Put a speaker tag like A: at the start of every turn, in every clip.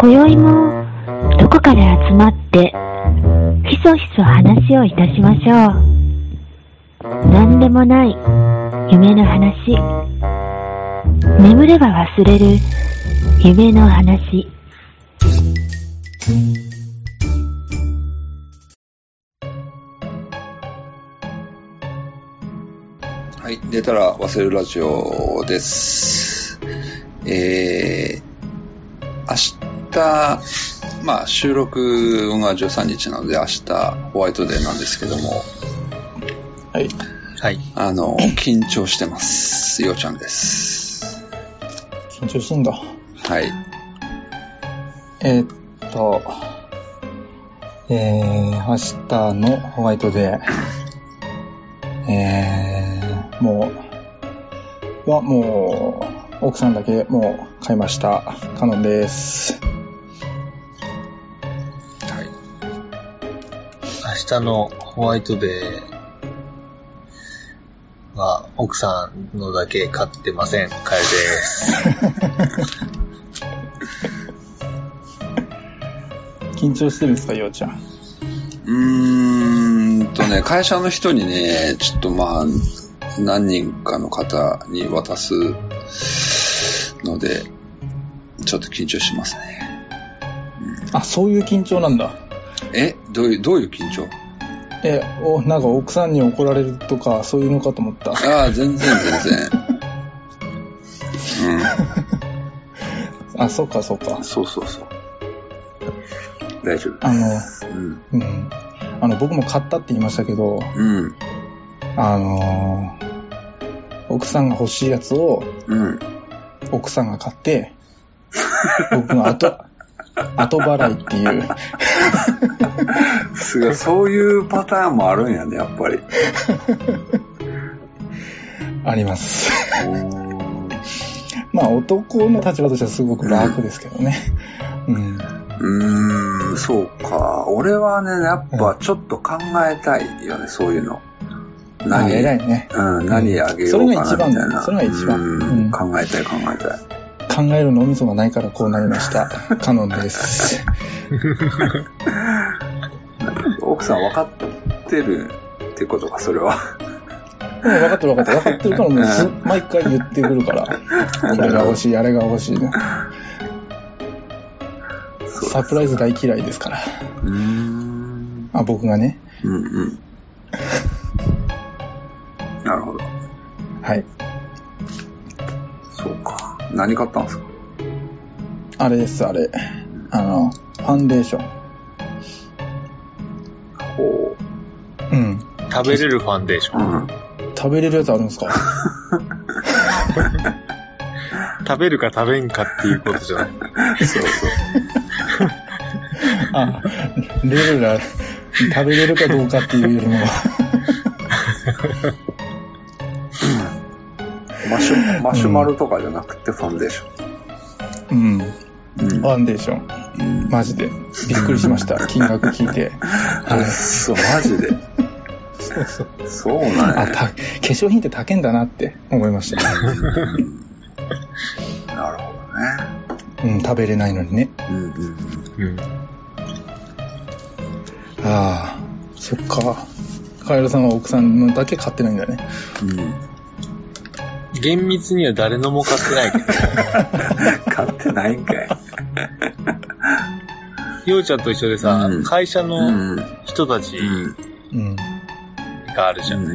A: 今宵もどこかで集まってひそひそ話をいたしましょう何でもない夢の話眠れば忘れる夢の話
B: はい、寝たら忘れるラジオです。えー、明日、まあ収録が13日なので明日ホワイトデーなんですけども、
C: はい。
D: はい。
B: あの、緊張してます。ようちゃんです。
C: 緊張してんだ。
B: はい。
C: えーっと、えー、明日のホワイトデー、えー、もう、は、もう、奥さんだけ、もう、買いました。カノンです。
B: はい。
D: 明日のホワイトデーは、奥さんのだけ買ってません。カエルです。
C: 緊張してるんですか、ようちゃん。
B: うーんとね、会社の人にね、ちょっとまあ、何人かの方に渡すので、ちょっと緊張しますね。
C: あ、そういう緊張なんだ。
B: えどういう、どういう緊張
C: え、お、なんか奥さんに怒られるとか、そういうのかと思った。
B: ああ、全然 全然。
C: あ、そうか、そうか
B: うん。。そうそうそう。大丈夫。
C: あの、
B: うん。
C: うん。あの、僕も買ったって言いましたけど、
B: うん。
C: あのー、奥さんが欲しいやつを
B: うん。
C: 奥さんが買って、僕が後、後払いっていう。
B: すごい、そういうパターンもあるんやね、やっぱり。
C: あります。まあ男の立場としてはすごく楽ですけどね。うん。
B: うーん、そうか。俺はね、やっぱちょっと考えたいよね、そういうの。
C: まあ
B: 何、
C: 偉いね。
B: うん、何あげようかな、みたいな。
C: それが一番それが一番
B: うん
C: うん
B: 考えたい、考えたい。
C: 考える脳みそがないからこうなりました。カノンです。
B: 奥さん分かってるってことか、それは。
C: うん分かってる分かってる。分かってるからもうす毎回言ってくるから。これが欲しい、あれが欲しいね。サプライズ大嫌いですから。
B: うーん。
C: あ、僕がね。
B: うんうん。なるほど。
C: はい。
B: そうか。何買ったんですか
C: あれです、あれ。あの、ファンデーション。
B: こ
C: うん。
D: 食べれるファンデーシ
B: う。
D: ョ
B: う
D: ン。
B: ん。
C: 食べれるやつあるんですか
D: 食べるか食べんかっていうことじゃない。
B: そうそう。
C: あ、レルが食べれるかどうかっていうよりも、
B: マシュ、マシュマロとかじゃなくてファンデーショ
C: うん、
B: ン。うん。
C: ファンデーション。
B: うん
C: マジで。びっくりしま した。金額聞いて。
B: あ、そう、マジで。
C: そうそう。
B: そうな
C: あ、
B: んや。
C: た、化粧品って高いんだなって思いま した。
B: うんなるほど
C: うん、食べれないのにね。
B: ね。うんうん。
D: うん。
C: ああ、そっか。カエルさんは奥さんのだけ買ってないんだね。
B: うん。
D: 厳密には誰のも買ってないけど、
B: 買ってないんかい。
D: ようちゃんと一緒でさ、
B: うん
D: 会社
B: う
D: の
B: ん。
D: 人たち
B: うん。
C: うん。
D: があるじゃん。
C: う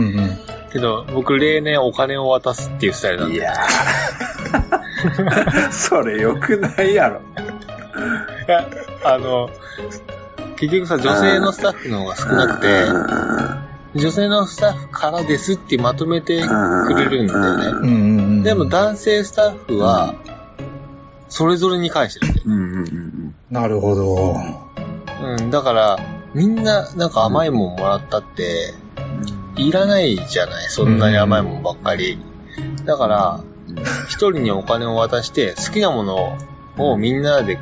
C: ん
D: けど、僕例年お金を渡すっていうスタイルなん
B: い
D: で、
B: やー それ良くないやろ。
D: いやあの、結局さ、女性のスタッフの方が少なくて、女性のスタッフからですってまとめてくれるんだよ
C: う
D: ね。
C: ん。うんうんうん。
D: でも男性スタッフは、それぞれに返してるんだよ。
B: うんうんうん
C: なるほど。
D: うん、だから、みんななんか甘いもんもらったって、いらないじゃない、そんなに甘いもんばっかり。だから、一人にお金を渡して、好きなものをみんなで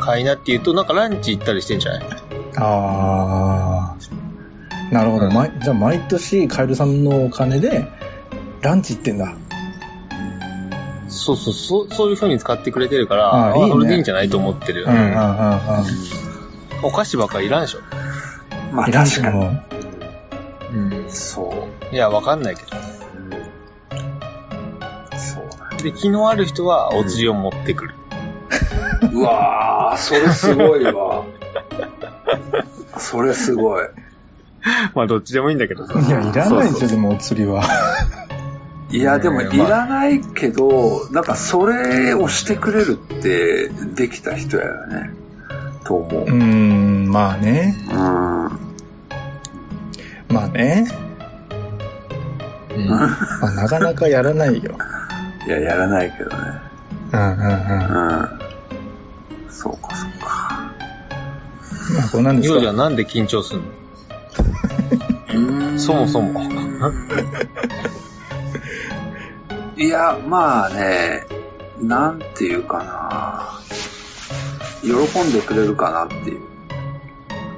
D: 買いなって言うと、なんかランチ行ったりしてんじゃない
C: ああ。なるほど。
D: うん
C: 毎じゃあ、毎年、カエルさんのお金で、ランチ行ってんだ。
D: そうそう、そうそういう風に使ってくれてるから、
C: あ
D: あ
C: いいね
D: それでいいんじゃないと思ってるよ
C: うんうんうんう
D: ね、
C: ん。
D: お菓子ばっかりいらんでしょ。
B: まあ、
C: いらん
B: 確
C: し
B: かに。
C: も。
D: うん。
B: そう。
D: いや、わかんないけど。
B: そう
D: で、気のある人はお釣りを持ってくる。
B: うわー、それすごいわ。それすごい。
D: まあ、どっちでもいいんだけどさ。
C: いや、いらないでし
D: そ
C: ょ、
D: う
C: でもお釣りは。
B: いや、でも
D: うん
B: いらないけど、なんかそれをしてくれるってできた人やよね。と思う。
C: う
B: うん。
C: ん、まあね。まあね。
D: そううん
C: まあ、なかなかやらないよ。
B: いや、やらないけどね。
C: うんうんうん。ま
B: うん。そうか、そうか。
C: あ、こうなんです
D: ヨウジは
C: か。
D: なんで緊張すんのそもそも
B: うん。 いや、まあね、なんていうかな。喜んでくれるかなっていう。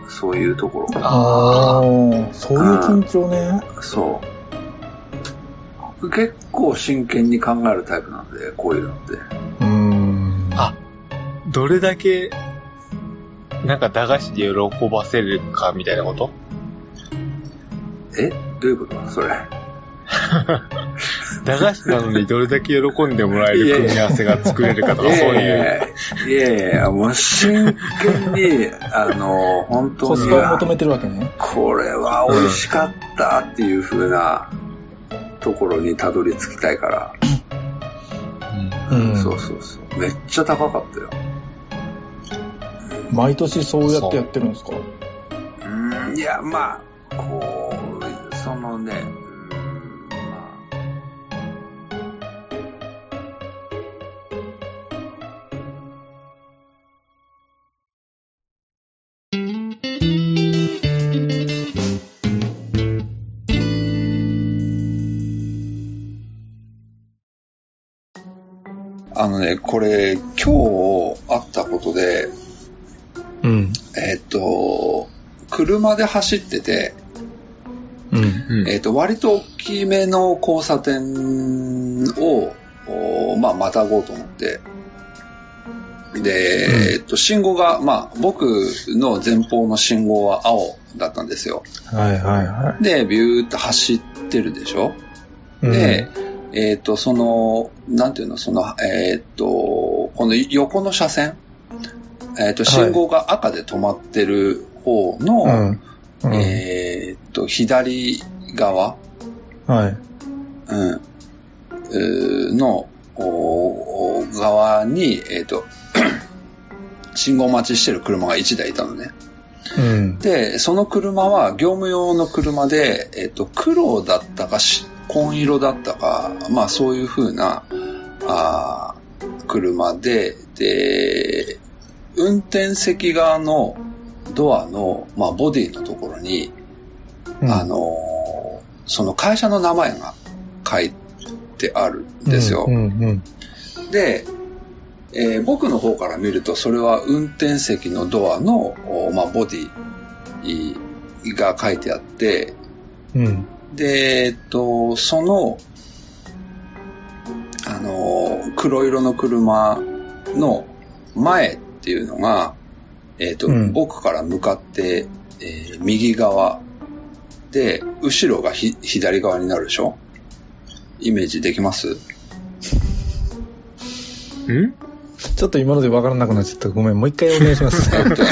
B: そういうところかな。
C: ああ、そういう緊張ね。
B: そう。結構真剣に考えるタイプなんで、こういうのって。
C: うん。
D: あどれだけ、なんか駄菓子で喜ばせるかみたいなこと
B: えどういうことそれ。
D: 駄菓子なのにどれだけ喜んでもらえる組み合わせが作れるかとか、そういう。
B: う。いやいや、もう真剣に、あの、本当
C: コス
B: に、
C: パを求めてるわけね。
B: これは美味しかったっていう風なところにたどり着きたいから。
C: うん。
B: そうそうそう。めっちゃ高かったよ。
C: 毎年そうやってやってるんですか
B: うん、いや、まあ、こう、そのね、うん、まあ、あのね、これ、今日あったことで、
C: うん。
B: えっと、車で走ってて、
C: うん。
D: うん
B: えっと、割と大きめの交差点を、おまあ、またごうと思って、で、
C: うん
B: えっと、信号が、まあ、僕の前方の信号は青だったんですよ。
C: はいはいは
B: で、ビューって走ってるでしょ、
C: い。
B: で、えっと、その、なんていうの、その、えっと、この横の車線、えっと、信号が赤で止まってる方の、
C: うん、うん。
B: えーっと、左側、
C: はい。
B: うん、うーの、おー側に、えーっと、 信号待ちしてる車が1台いたのね。
C: うん。
B: で、その車は業務用の車で、えーっと、黒だったかし、紺色だったか、まあそういう風な、あー車で、で、運転席側のドアの、まあボディのところに、あのーその会社の名前が書いてあるん
C: うん、
B: ですよ。
C: うんうん。
B: で、えー僕の方から見ると、それは運転席のドアの、おまあ、ボディが書いてあって、
C: うん。
B: で、えっと、その、あのー黒色の車の前っていうのが、えっと、
C: うん
B: 僕から向かって、えー右側で、後ろがひ左側になるでしょイメージできます
D: ん
C: ちょっと今ので分からなくなっちゃった。ごめん、もう一回お願いします。
B: えっと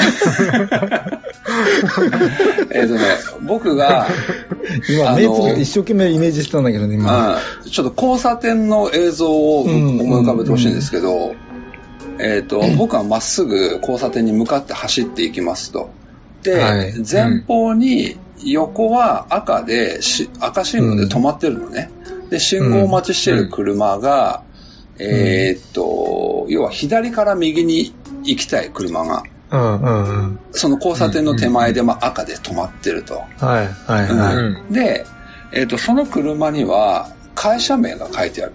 B: えっとね、僕 が、
C: 今、
B: あの
C: 目つぶって一生懸命イメージしてたんだけどね、今。
B: うんちょっと交差点の映像を思
C: うん
B: い浮かべてほしいんですけど、えっと、僕はまっすぐ交差点に向かって走っていきますと。で、
C: はい
B: 前方に横は赤で、し赤信号で止まってるのね。で、信号待ちしてる車が、えっと、要は左から右に行きたい車が、
C: うんうんうん。
B: その交差点の手前で、まあ、赤で止まってると。
C: はいはい
D: うん
C: はい。
B: で、えっと、その車には会社名が書いてある。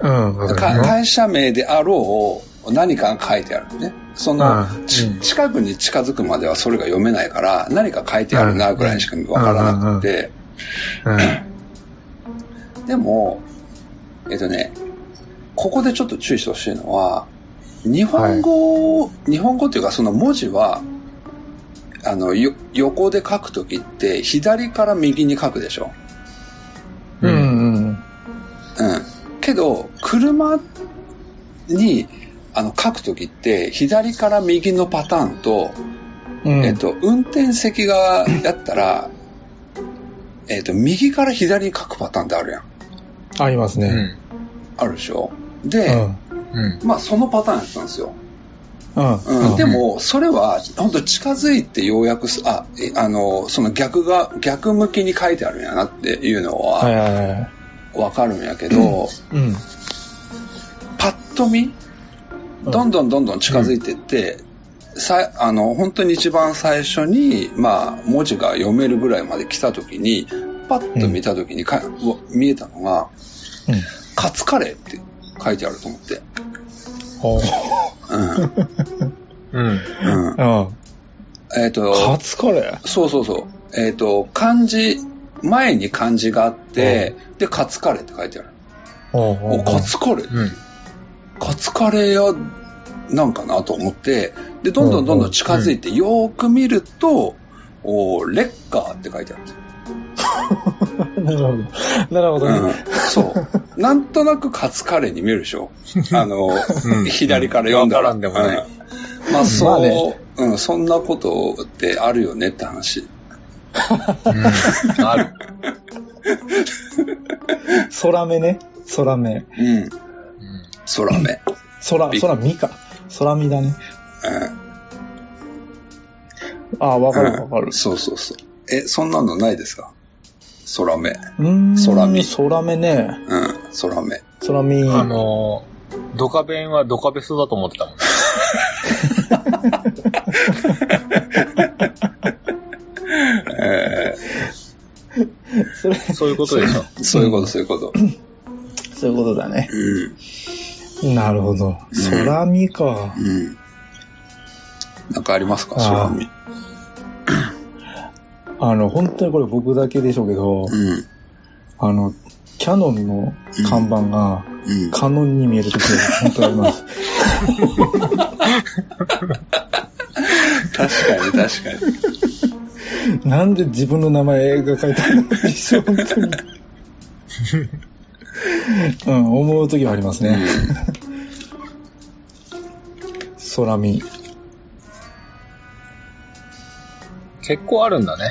C: うん、分か
B: か
C: るね。
B: 会社名であろう何かが書いてあるのね。その、
C: うん
B: ち
C: うん
B: 近くに近づくまではそれが読めないから、何か書いてあるなぐらいにしかわからなくて、でも、えっとね、ここでちょっと注意してほしいのは、日本語を、日本語っていうかその文字は、あの、よ横で書くときって、左から右に書くでしょ。
C: うんうん。
B: うん。けど、車に、あの、書くときって、左から右のパターンと、
C: うん。
B: えっと、運転席側やったら、えっと、右から左に書くパターンってあるやん。
C: あります
D: う
C: ね。
D: ん。
B: あるでしょ。
C: う
B: で、
C: ん。
D: うん。
B: まあ、そのパターンやったんですよ。
C: うん。
B: うん、でも、それは、本当近づいてようやくす、あ、えあの、その逆が、逆向きに書いてあるんやなっていうの
C: はい
B: は、
C: はいはい。
B: わかるんやけど、
C: うん。
B: パッと見、どんどんどんどん近づいてって、さあの本当に一番最初に、まあ、文字が読めるぐらいまで来た時にパッと見た時にか、うわ見えたのが
C: うん。
B: 「カツカレー」って書いてあると思って、
C: ほう。
D: うん。
B: うん うん、
C: うん。
B: えっ、と
C: カツカレー
B: そうそうそうえっ、と漢字前に漢字があって、で「カツカレー」って書いてある「
C: お
B: おカツカレー」
D: うん。
B: カツカレー屋なんかなと思って、で、どんどんどんどん近づいて、よーく見ると、おーレッカーって書いてあるんですよ。
C: なるほど。なるほど
B: う
C: ね。
B: ん、そう。なんとなくカツカレーに見えるでしょ。あの、
D: ん
B: 左から読んだら。
D: わからんでもない
B: うんまあ、そう、
C: まあね
B: うん、そんなことってあるよねって話。
D: うん。ある。
C: 空目ね。空目。
B: うん。
D: うん。
B: 空目。
C: 空、
B: び
C: 空見か。空見だね。
B: うん
C: ああ、わかるわか
B: う
C: る
B: ん。そうそうそう。え、そんなのないですか空目。
C: うーん。
B: 空見
C: 空目ね。
B: うん、空目。
C: 空見。
D: あのー、ドカベンはドカベスだと思ってたもん。
B: え
C: それ、
D: そういうことでしょ。
B: ーそういうこと、そういうこと。
C: そういうことだね。
B: うん。
C: なるほど。空見か。
B: うん。なんかありますか
C: あ
B: 空
C: ー
B: 見。
C: あの、本当にこれ僕だけでしょうけど、
B: うん。
C: あの、キャノンの看板が、
B: うん。
C: カノンに見えるときが本当にあり ます。
B: 確かに確かに。
C: なんで自分の名前が書いてあるのでしょう、本 当に。うん、思うときはありますね。 空見。
D: 結構あるんだね。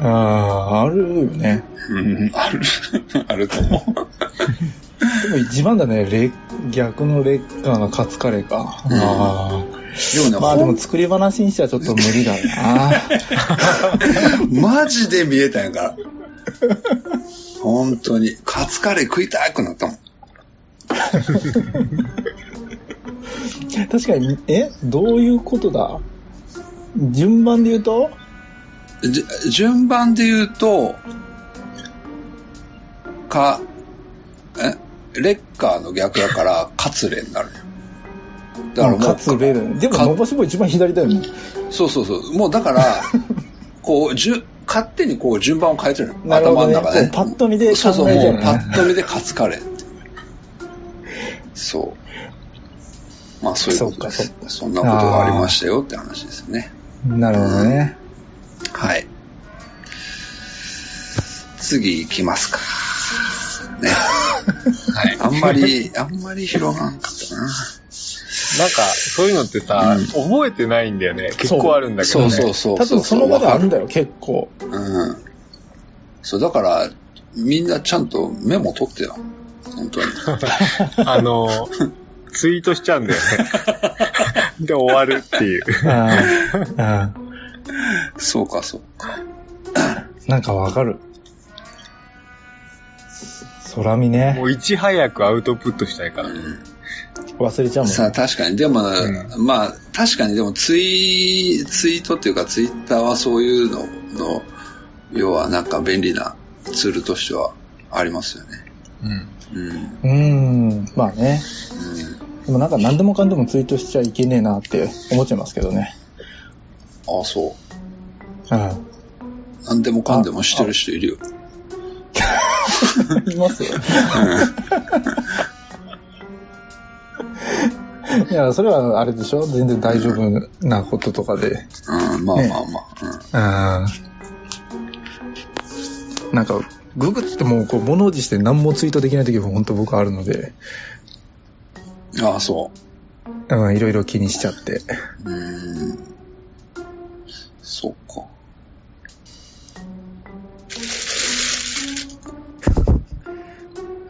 C: ああ、あるよね。
B: うん。うんある、あると思う。
C: でも一番だね、レ逆のレッカーのカツカレーか。
B: うん
C: あ
B: でもね、
C: あ。まあで
B: ほん
C: も作り話にしてはちょっと無理だ な。
B: マジで見えたんやから。本当に。カツカレー食いたくなったもん。
C: 確かに、えどういうことだ順番で言うと
B: じ順番で言うと、か、え、レッカーの逆だから、カツレになるよ。だからもう、
C: カツレーだよね。でも
B: か
C: 伸ばし棒一番左だよね。
B: そうそうそう。もうだ から、こう、じゅ、勝手にこう順番を変えてるの。
C: なるほ
B: 頭の
C: どね。
B: 中で。
C: こうパッと見で
B: そうそう、
C: 考
B: も
C: えちゃう
B: う
C: ね。
B: パッと見でカツカレーって。そう。まあそういうことで
C: そ
B: す
C: っ。
B: そんなことがありましたよって話ですよね。
C: なるほどね。
B: はい。次行きますか。 ね。はい。あんまり、あんまり広がんかったな。
D: なんか、そういうのってさ、
B: うん
D: 覚えてないんだよね。結構あるんだけど
B: そ
D: ね。
B: うそうそう。
C: 多分その場であるん
B: だ
C: だよ、結構。
B: うん。そう、だから、みんなちゃんとメモ取ってよ。本当に。
D: あのー、ツイートしちゃうんだよ ね。で、終わるっていう。
C: うん。うん
B: そうか、そうか。
C: なんかわかる。空見ね
D: も。ういち早くアウトプットしたいから。
C: 忘れちゃうもんね。
B: さあ、確かに。でも、
D: う
B: まあ、確かに、でも、ツイ、ツイートっていうか、ツイッターはそういうのの、要はなんか便利なツールとしてはありますよね。
D: うん。
B: うん。うん。
C: うーん。まあね。でもなんか何でもかんでもツイートしちゃいけねえなって思っちゃいますけどね。
B: あ、そう。
C: うん。
B: なんでもかんでもしてる人いるよ。
C: いますよ。いや、それはあれでしょ全然大丈夫なこととかで。
B: うん、まあまあまあ。
C: うん。なんか、ググってもうこう物おじして何もツイートできない時も本当僕あるので、
B: うん、ああ、そ
C: うん、いろいろ気にしちゃって。
B: う。うん。そっか。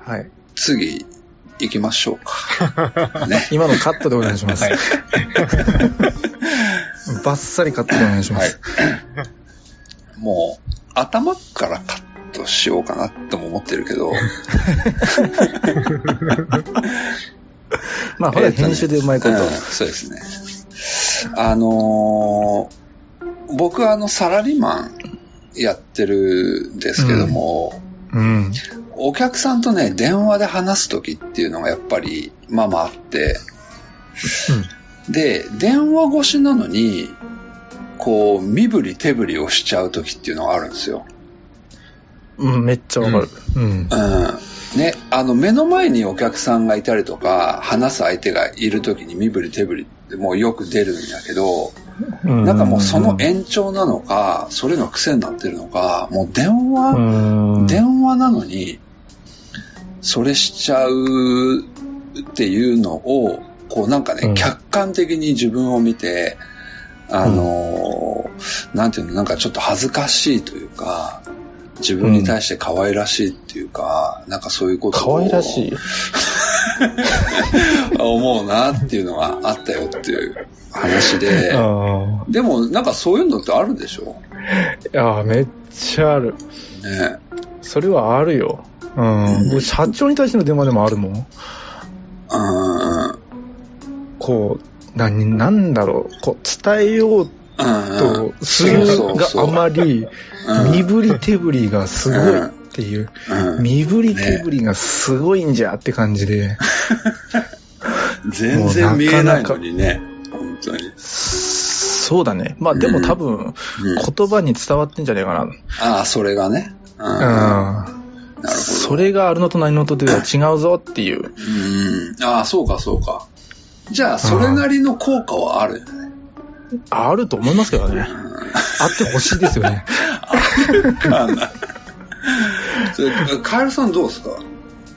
C: はい。
B: 次、行きましょうか。ね。
C: 今のカットでお願いします。 バッサリカットでお願いしま
B: はい
C: す。。
B: もう、頭からカットしようかなとも思ってるけ ど、
C: まあ、ほら、
B: えーとね
C: 編集でうまいこと。
B: うんそうですね。あのー僕はあの、サラリーマンやってるんですけども、
C: うん。
B: お客さんとね、電話で話すときっていうのがやっぱり、まあまああって、で、電話越しなのに、こう、身振り手振りをしちゃうときっていうのがあるんですよ。
C: うん。うんめっちゃわかる。うん。
B: うんね、あの目の前にお客さんがいたりとか話す相手がいる時に身振り手振りってもうよく出るんだけど
C: うん
B: なんかもうその延長なのかそれの癖になってるのかもう電話、
C: うん
B: 電話なのにそれしちゃうっていうのをこうなんかね、
C: うん
B: 客観的に自分を見てあのーなんていうのなんかちょっと恥ずかしいというか自分に対して可愛らしいっていうか、なんかそういうこと
C: 可
B: を
C: 愛らしい。
B: 思うなっていうのがあったよっていう話で、
C: あ
B: でもなんかそういうのってあるでしょ
C: ーいや、めっちゃある。
B: ね
C: それはあるよ。うん。僕社長に対しての電話でもあるもん。
B: うんうん
C: こう、な、なんだろう。こう、伝えよう
B: うん
C: とする
B: そうそう
C: が
B: そう
C: あまり、
B: うん
C: 身振り手振りがすごいっていう。
B: うん
C: 身振り手振りがすごいんじゃって感じで。
B: 全然見えないのにね本当に、
C: そうだね。まあでも多分、
B: うん
C: 言葉に伝わってんじゃねえか
B: ああそれがねうん、なる
C: な。うん。
B: ほど
C: それがあるのとないのとでは違うぞっていう。
B: うんああそうかそうかじゃあそれなりの効果はあるよね、
C: あると思いますけどね。あってほしいですよね。
B: あなそれカエルさんどうですか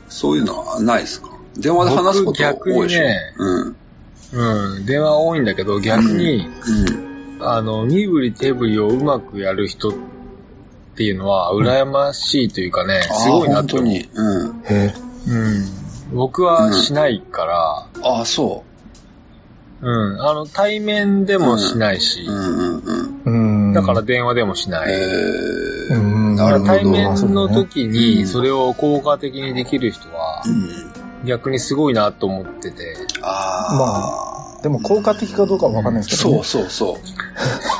B: そういうのはないですか電話で話すこと
D: 僕逆
B: 多い
D: に
B: でしょ、
D: ね
B: うん
D: うん、電話多いんだけど、逆に、
B: うん
D: あの、身振り手振りをうまくやる人っていうのは、羨ましいというかね、すごい
B: あ
D: な
B: ー本
D: と
B: 当
D: 思う。
B: に。うん。
D: うん。僕はしないから、
B: ああ、そ。
D: うん、あの、対面でもしないうし
B: う、んうんうん。
C: うん。
D: だから、電話でもし
B: え
D: ない。
B: ー
C: うん。
B: なるほど
D: 対面の時
B: う
D: に、
B: ん
D: それを効果的にできる人は
B: う、ん。
D: 逆にすごいなと思ってて。
B: ああ。
C: でも効果的かどうかはわかんないですけど、
B: そ
C: ね
B: う。そうそ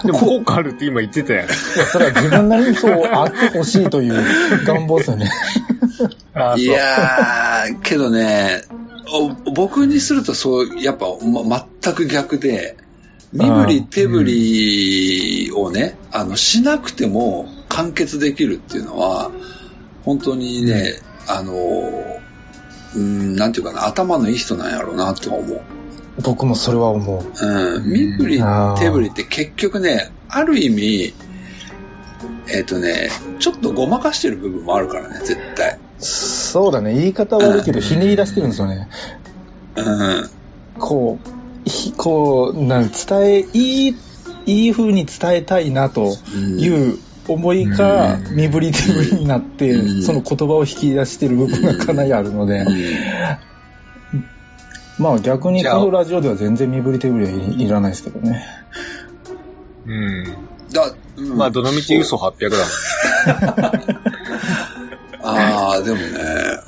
B: う。
D: でも効果あるって今言ってたやん。
C: そう。ただ自分なりにそうあってほしいという願望ですよね。
D: あーそう
B: いやー、けどね、お僕にするとそう、やっぱ、ま、全く逆で、身振り手振りをね、あの、しなくても完結できるっていうのは、本当にね、あの、うん、なんていうかな、頭のいい人なんやろうなと思う。
C: 僕もそれは思う。
B: うん、身振り手振りって結局ね、ある意味、えっ、とね、ちょっとごまかしてる部分もあるからね、絶対。
C: そうだね。言い方悪いけど、ひねり出してるんですよね。
B: うん。
C: こう、ひこう、なん伝え、いい、いい風に伝えたいなと
B: うん
C: いう思いが、
D: うん
C: 身振り手振りになって、
B: うん
C: その言葉を引き出してる部分がかなりあるので、まあ逆にこのラジオでは全然身振り手振りはいいらないですけどね。
D: うん。
B: だ、うん
D: まあ、どのみち嘘800だもん。
B: ああ、でもね、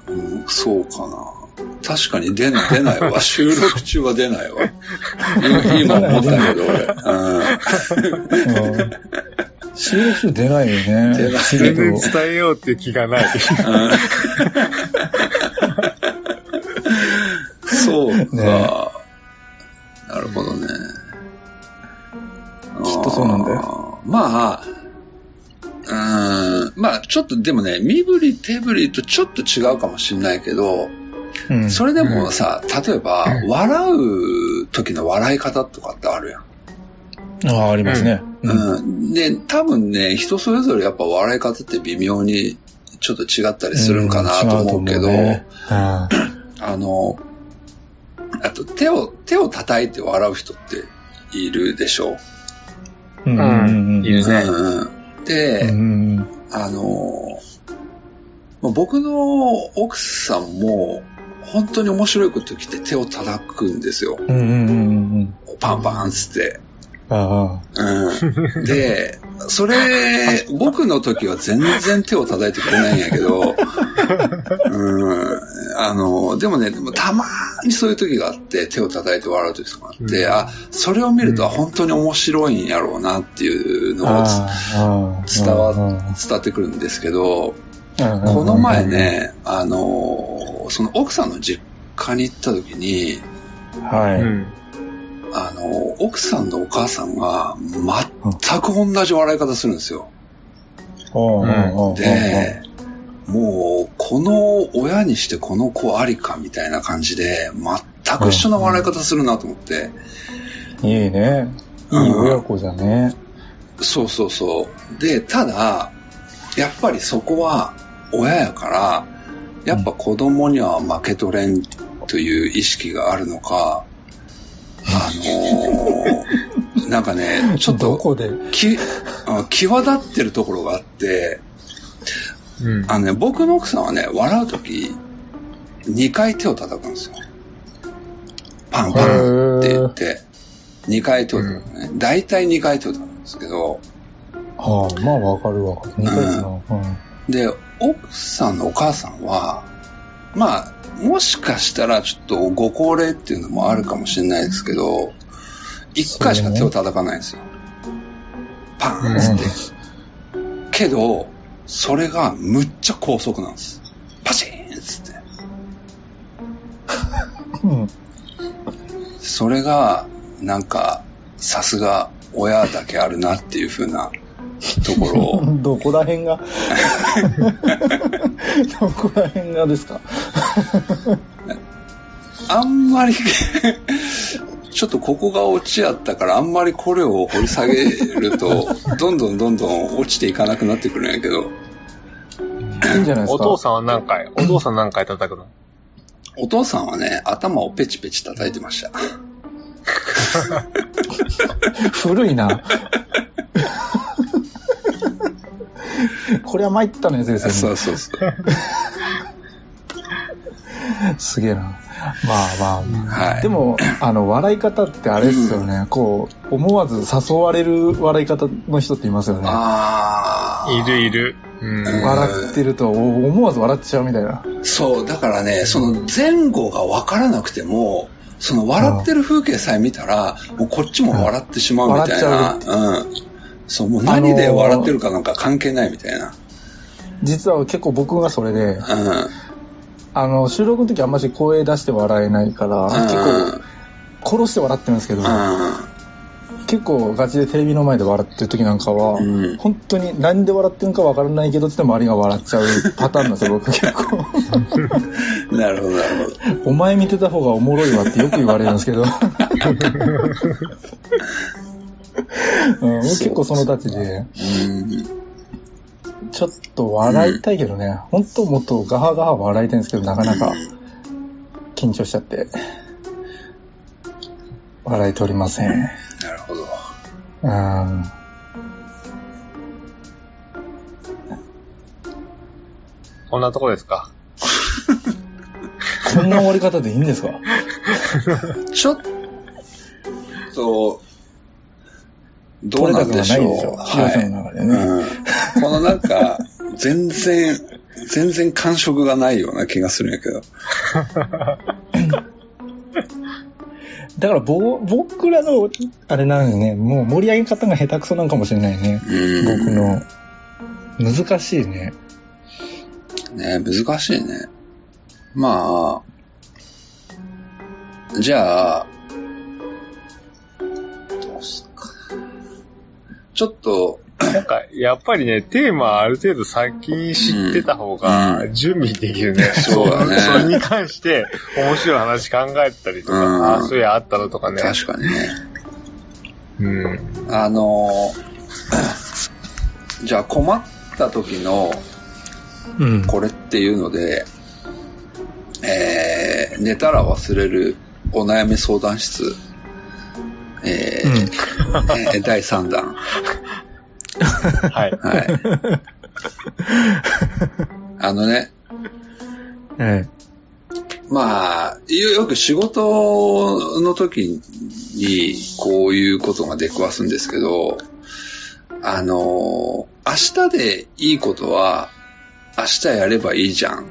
B: うん、そうかな。確かに出な出ない わ。収録中は出ないわ。今今思ったけど、俺。うん。
C: うん。収録中出ないよね。
B: 出ない
C: 不思議
D: 全
C: と
D: 然伝えようっていう気がない。
B: そうか。
C: ね
B: なるほどね。
C: きっとそうなんだ
B: よ。まあ、うーん、まあちょっとでもね、身振り手振りとちょっと違うかもしれないけど、
C: うん
B: それでもさ、例えば、笑う時の笑い方とかってあるやん。
C: ああ、ありますね。うん。
B: うん。で、多分ね、人それぞれやっぱ笑い方って微妙にちょっと違ったりするんかなと思うけど、
C: ん違ねうん
B: あの、あと手を、手を叩いて笑う人っているでしょう。
C: うんうん
D: いるね。
B: うんうん、で、
C: うんうん。
B: あの、まあ僕の奥さんも、本当に面白いこと来て手を叩くんですよ。
C: うんうんうんうん。
B: パンパンっつって。
C: あ
B: うん、で、それ、僕の時は全然手を叩いてくれないんやけ ど、うん、あの、でもね、でもたまにそういう時があって、手を叩いて笑う時とかあって、
D: うん
B: あ、それを見ると本当に面白いんやろうなっていう
C: あ。
B: のをつ
C: ああ。
B: 伝わ
C: っ
B: 伝わってくるんですけど、
C: た
B: この前。ね、あの、その奥さんの実家に行った時に、
C: は
D: う
C: い。
D: ん。
B: あの、奥さんのお母さんが全く同じ笑い方するんですよ。
C: おうおうおうおう
B: で、もう、この親にしてこの子ありかみたいな感じで、全く一緒の笑い方するなと思って、
C: いいね。いい親子じゃね。
B: そうそうそう。で、ただ、やっぱりそこは親やから、やっぱ子供には負けとれんという意識があるのか、あのーなんかね、ちょっ
C: ど
B: と
C: こで。
B: き、あ際立ってるところがあって、
D: うん。
B: あのね、僕の奥さんはね、笑うとき、2回手を叩くんですよ。パンパンって言って、2回手を叩くね。大体2回手を叩くんですけど、
C: ああ、まあわかるわかる。似たやつな。うん
B: で、奥さんのお母さんは、まあ、もしかしたらちょっとご高齢っていうのもあるかもしれないですけど、1回しか手を叩かないんですよ。パンっつって。けど、それがむっちゃ高速なんです。パチーンっつって。
C: うん。
B: それが、なんか、さすが親だけあるなっていう風なところ を、
C: どこら 辺がどこら辺がですか
B: あんまり、 ちょっとここが落ちやったから、あんまりこれを掘り下げると、どんどんどんどん落ちていかなくなってくるんやけど、
C: いいんじゃないですか
D: お父さんは何回お父さん何回叩くの
B: お父さんはね、頭をペチペチ叩いてました。
C: 古 いな。これは参ったのやつです
B: そ
C: よ
B: うそうそう。
C: ね。すげえな。まあまあまあ。
B: はい。
C: でも、あの、笑い方ってあれですよね。こう、思わず誘われる笑い方の人っていますよね。
B: あー
D: いるいる。うん。
C: 笑ってると、お思わず笑っちゃうみたいな。
B: そう、だからね、その前後が分からなくても、その笑ってる風景さえ見たら、もうこっちも笑ってしまうみたいな。うん。そう、もう何で笑ってるかなんか関係ないみたいな。
C: 実は結構僕がそれで、
B: う
C: あの、収録の時あんまし声出して笑えないから、
B: ん。
C: 結構殺して笑ってるんですけど、結構ガチでテレビの前で笑ってる時なんかは、
B: うん。うん。
C: 本当に何で笑ってるのかわからないけどつって周りが笑っちゃうパターンなんですよ、僕結構。
B: なるほど、なるほど。
C: お前見てた方がおもろいわってよく言われるんです けど。うん、僕結構その立ちで、
B: うん。
C: ちょっと笑いたいけどね、本当もっとガハガハ笑いたいんですけど、なかなか緊張しちゃって、笑い取りません。
B: なるほど。
C: うん
D: こんなとこですか
C: こんな終わり方でいいんですか
B: ちょっと、どうなんでしょう。
C: 取れたくはないでしょ。ヒロさんの中でね。
B: うんこのなんか、全然、全然感触がないような気がするんやけど。
C: だからぼ、僕らの、あれなんですね、もう盛り上げ方が下手くそなんかもしれないね。
B: うん
C: 僕。の。難しいね。
B: ね難しいね。まあ、じゃあ、どうすっかな。ちょっと、
D: なんか、やっぱりね、テーマある程度先に知ってた方が準備できるね。
B: そうだね
D: それに関して面白い話考えたりとか、
B: うん
D: ああ、そういやあったのとかね。
B: 確かにね。
D: うん。
B: あの ーじゃあ困った時の
C: うん。
B: これっていうので、えー、寝たら忘れるお悩み相談室、えーえー第3弾。
D: はい。
B: はい。あのね、
C: うん。え
B: まあ、よよく仕事の時にこういうことが出くわすんですけど、あの、明日でいいことは明日やればいいじゃんっ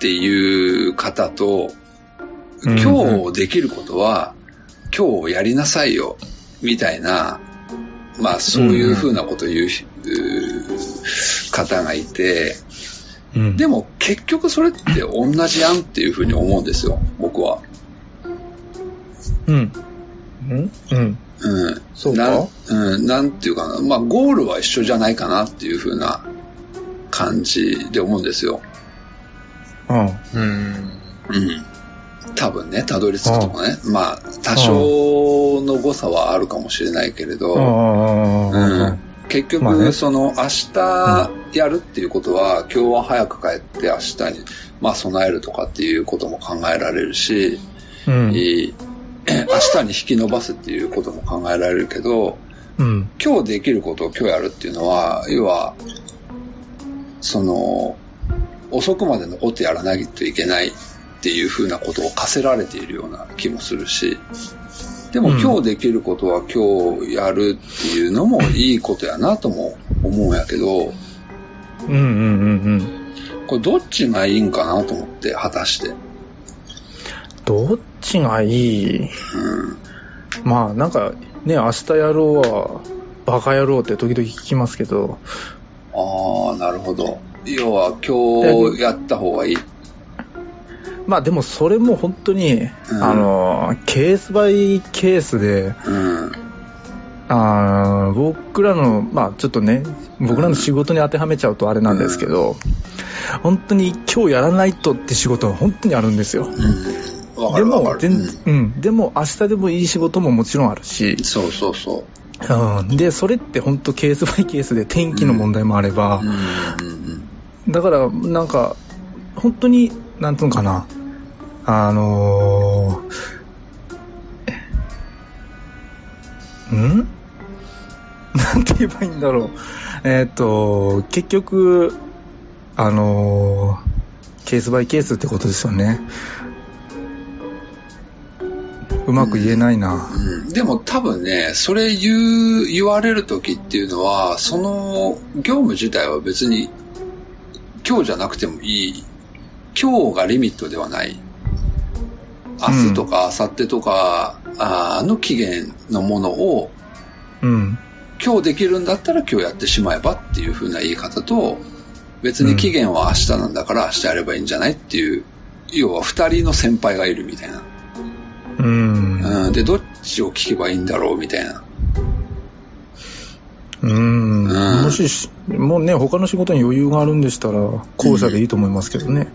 B: ていう方と、
C: うん
B: 今日できることは今日やりなさいよみたいな、まあそういうふうなことを言ううー方がいて、
C: えうん。
B: でも結局それって同じやんっていうふうに思うんですよ、僕は。
C: うん。うんうん。
B: うん。
C: そうか
B: なん、うん、なんていうかな。まあ、ゴールは一緒じゃないかなっていうふうな感じで思うんですよ。
C: うん。
D: うん。
B: うん。多分ね、たどり着くとこね。まあ、多少の誤差はあるかもしれないけれど、
C: あ
B: う
C: あ
B: ん。結局、
C: まあね
B: その明日やるっていうことは、今日は早く帰って明日に、まあ、備えるとかっていうことも考えられるし、
C: うん。
B: いい明日に引き伸ばすっていうことも考えられるけど、
C: うん。
B: 今日できることを今日やるっていうのは、要は、その、遅くまでのことやらないといけないっていう風なことを課せられているような気もするし、でも
C: うん
B: 今日できることは今日やるっていうのもいいことやなとも思うんやけど、
C: うん。うん。うん。
B: これどっちがいいんかなと思って、果たして。
C: どっちがいい
B: うん。
C: まあなんかね、明日やろうはバカ野郎って時々聞きますけど、
B: ああ、なるほど。要は今日やった方がいい。
C: まあでもそれも本当に、
B: うん
C: あの、ケースバイケースで、
B: うん。
C: あー僕らの、まあちょっとね、僕らの仕事に当てはめちゃうとあれなんですけど、本当に今日やらないとって仕事は本当にあるんですよ。
B: うん。わか
C: で
B: るわ
C: も
B: か、る。
C: 全うん、でも明日でもいい仕事ももちろんあるし
B: うん、そうそうそう。
C: うん、で、それって本当ケースバイケースで天気の問題もあれば、
B: う
C: だから、なんか、本当に、なんつうのかな、あのー、ん なんて言えばいいんだろう。えっ、と、結局、あのー、ケースバイケースってことですよね。うまく言えない
B: ん
C: な。
B: うんうん、でも多分ね、それ言う、言われる時っていうのは、その業務自体は別に今日じゃなくてもいい。今日がリミットではない。明日とか明後日とか、あーの期限のものを
C: うん。
B: 今日できるんだったら今日やってしまえばっていう風な言い方と、別に期限は明日なんだから明日やればいいんじゃないっていう、要は二人の先輩がいるみたいな。
C: うん。
B: うん、で、どっちを聞けばいいんだろうみたいな。
C: うん。
B: うん
C: もしし、もうね、他の仕事に余裕があるんでしたら、後者でいいと思いますけどね。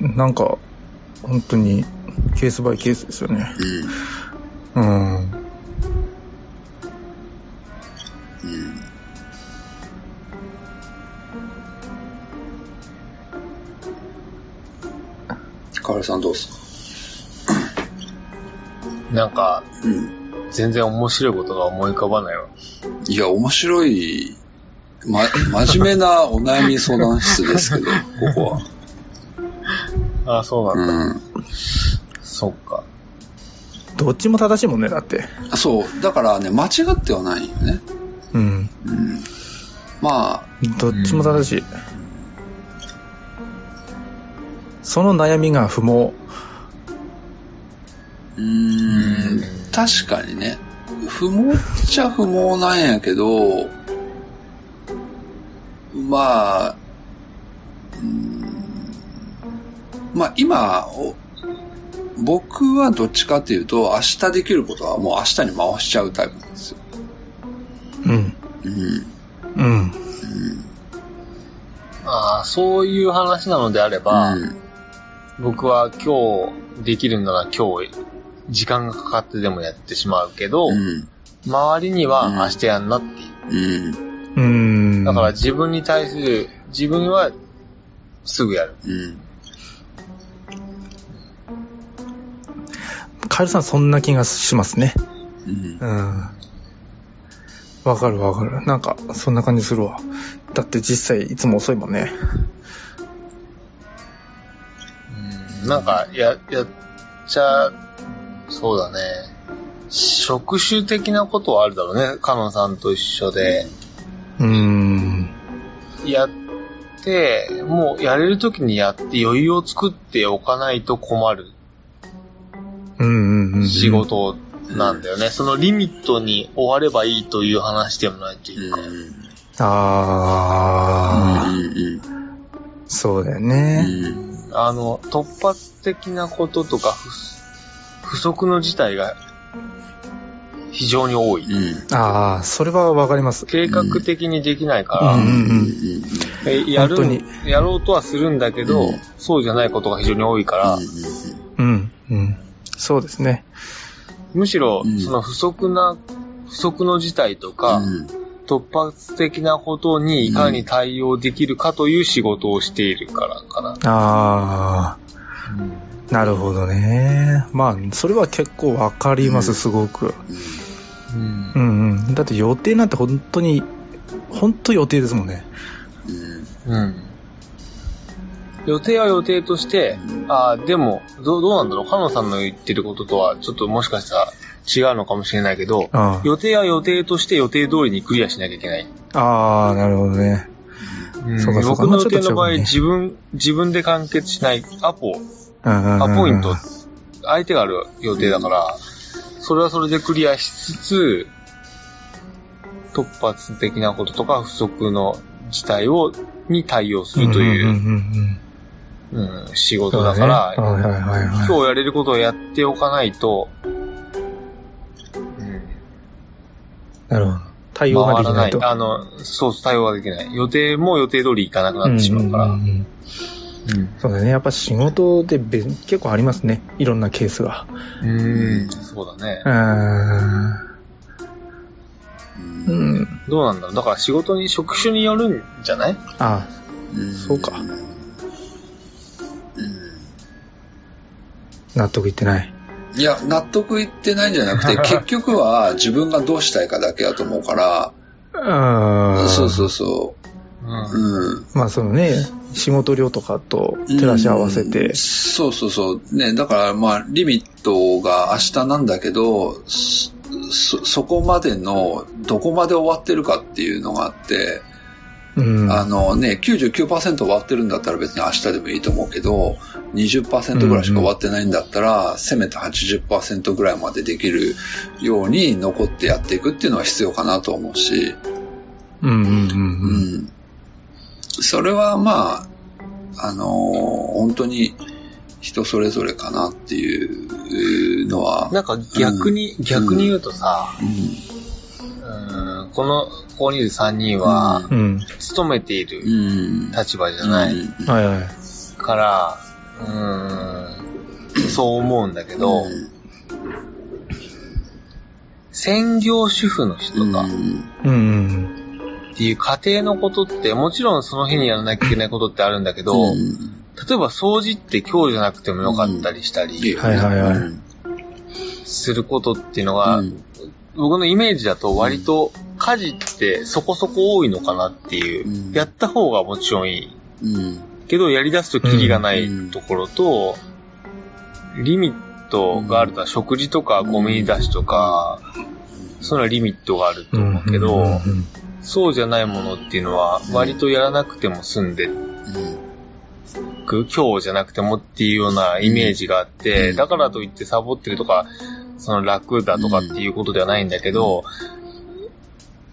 B: うん。うん。
C: なんか、本当に、ケースバイケースですよね。うん。
B: うん。河原さんどうっすか
D: なんか、
B: うん。
D: 全然面白いことが思い浮かばないわ。
B: いや、面白い、ま、真面目なお悩み相談室ですけど、ここ は。
D: ああ、そうなんだ。
B: うん。
D: そっか。
C: どっちも正しいもんね、だって。
B: そう、だからね、間違ってはないよね。
C: うん。
B: うん。まあ、
C: どっちも正しい。その悩みが不毛。
B: うーん確かにね不毛っちゃ不毛なんやけどまあうーんまあ今お僕はどっちかっていうと明日できることはもう明日に回しちゃうタイプなんですよ
C: うん。
D: あ、そういう話なのであれば、
B: うん
D: 僕は今日できるなら今日、時間がかかってでもやってしまうけど、
B: うん。
D: 周りには
B: うん
D: 明日やんなっていう。
B: うん。
C: うん。
D: だから自分に対する、自分はすぐやる。
B: うん。
C: カエルさんそんな気がしますね。
B: うん
C: うん。わかるわかる。なんか、そんな感じするわ。だって実際いつも遅いもんね。
D: なんか、や、やっちゃ、そうだね。職種的なことはあるだろうね。カノンさんと一緒で。
C: うん。
D: やって、もうやれるときにやって余裕を作っておかないと困る
C: うんうんうん。
D: 仕。事なんだよね。そのリミットに終わればいいという話でもないというか。
C: あー、そうだよね。
D: あの、突発的なこととか不、不足の事態が非常に多い。
C: あー、それはわかります。
D: 計画的にできないから、
C: うん
D: えやる
C: 本当に
D: やろうとはするんだけど、
B: うん
D: そうじゃないことが非常に多いから、
C: うん。うん。そうですね。
D: むしろ
B: うん、
D: その不足な、不足の事態とか、突発的なことにいかに対応できるかという仕事をしているからかな。
C: あー、なるほどね。まあ、それは結構わかりま
B: う
C: す、
B: ん
C: すごく。
D: うん
C: うんうん。だって予定なんて本当に、本当予定ですもんね。
D: うん予定は予定として、ああ、でも、どう、どうなんだろう、カノンさんの言ってることとは、ちょっともしかしたら違うのかもしれないけど、
C: あー
D: 予定は予定として予定通りにクリアしなきゃいけない。
C: あー、なるほどね。
D: うん
C: そうかそうか
D: 僕の予定の場合、
C: もうち
D: 自分、自分で完結しない、アポ、
C: うんうんうんうん
D: アポイント、相手がある予定だから、それはそれでクリアしつつ、突発的なこととか不足の事態を、に対応するという、
C: んんんうん
D: うん仕事だから、
C: そうねはいはいはいはい
D: 今日やれることをやっておかないと、うん
C: なるほど。対応ができないと。
D: 回らあの、そう、対応ができない。予定も予定通りいかなくなってしまうから。
C: んんんんそうだね。やっぱ仕事でべ結構ありますね。いろんなケースが。
D: うん、うんそうだね
C: う。ーん。うん。
D: どうなんだろう。だから仕事に、職種によるんじゃない
C: あ、納得いってない。
B: いや、納得いってないんじゃなくて、結局は自分がどうしたいかだけだと思うから、
C: あ。
B: そうそううそうう。
D: ん。
B: うん。
C: まあそのね、仕事量とかと照らし合わせ
B: うん
C: て。
B: そうそうそう。ね、だからまあ、リミットが明日なんだけど、そ、そそこまでの、どこまで終わってるかっていうのがあって、
C: うん。
B: あのね、99%終わってるんだったら別に明日でもいいと思うけど、20%ぐらいしか終わってないんだったら、せめて80%ぐらいまでできるように残ってやっていくっていうのは必要かなと思うし、
C: うんうんうん
B: う
C: うん。
B: ん。それはまあ、あのー本当に人それぞれかなっていうのは、
D: なんか逆に、逆に言うとさ、
B: う
D: うん、この、ここにいる3人は、
C: うん。
D: 勤めている
B: ん。うん。
D: 立場じゃない。
B: うん
C: はいはい。
D: から、うーん、そう思うんだけど、専業主婦の人とか
B: うん
C: うんうん。
D: っていう家庭のことって、もちろんその日にやらなきゃいけないことってあるんだけど、例えば掃除って今日じゃなくてもよかったりしたり
C: はいはいはい
D: することっていうのが、僕のイメージだと割と家事ってそこそこ多いのかなっていう、
B: うん
D: やった方がもちろんいい。
B: うん。
D: けど、やり出すとキリがないところと、リミットがあるから、食事とかゴミ出しとか、そのリミットがあると思うけど、
C: うんうんうん
D: そうじゃないものっていうのは、割とやらなくても済んでく、今日じゃなくてもっていうようなイメージがあって、
B: うん
D: だからといってサボってるとか、その楽だとかっていうことではないんだけど、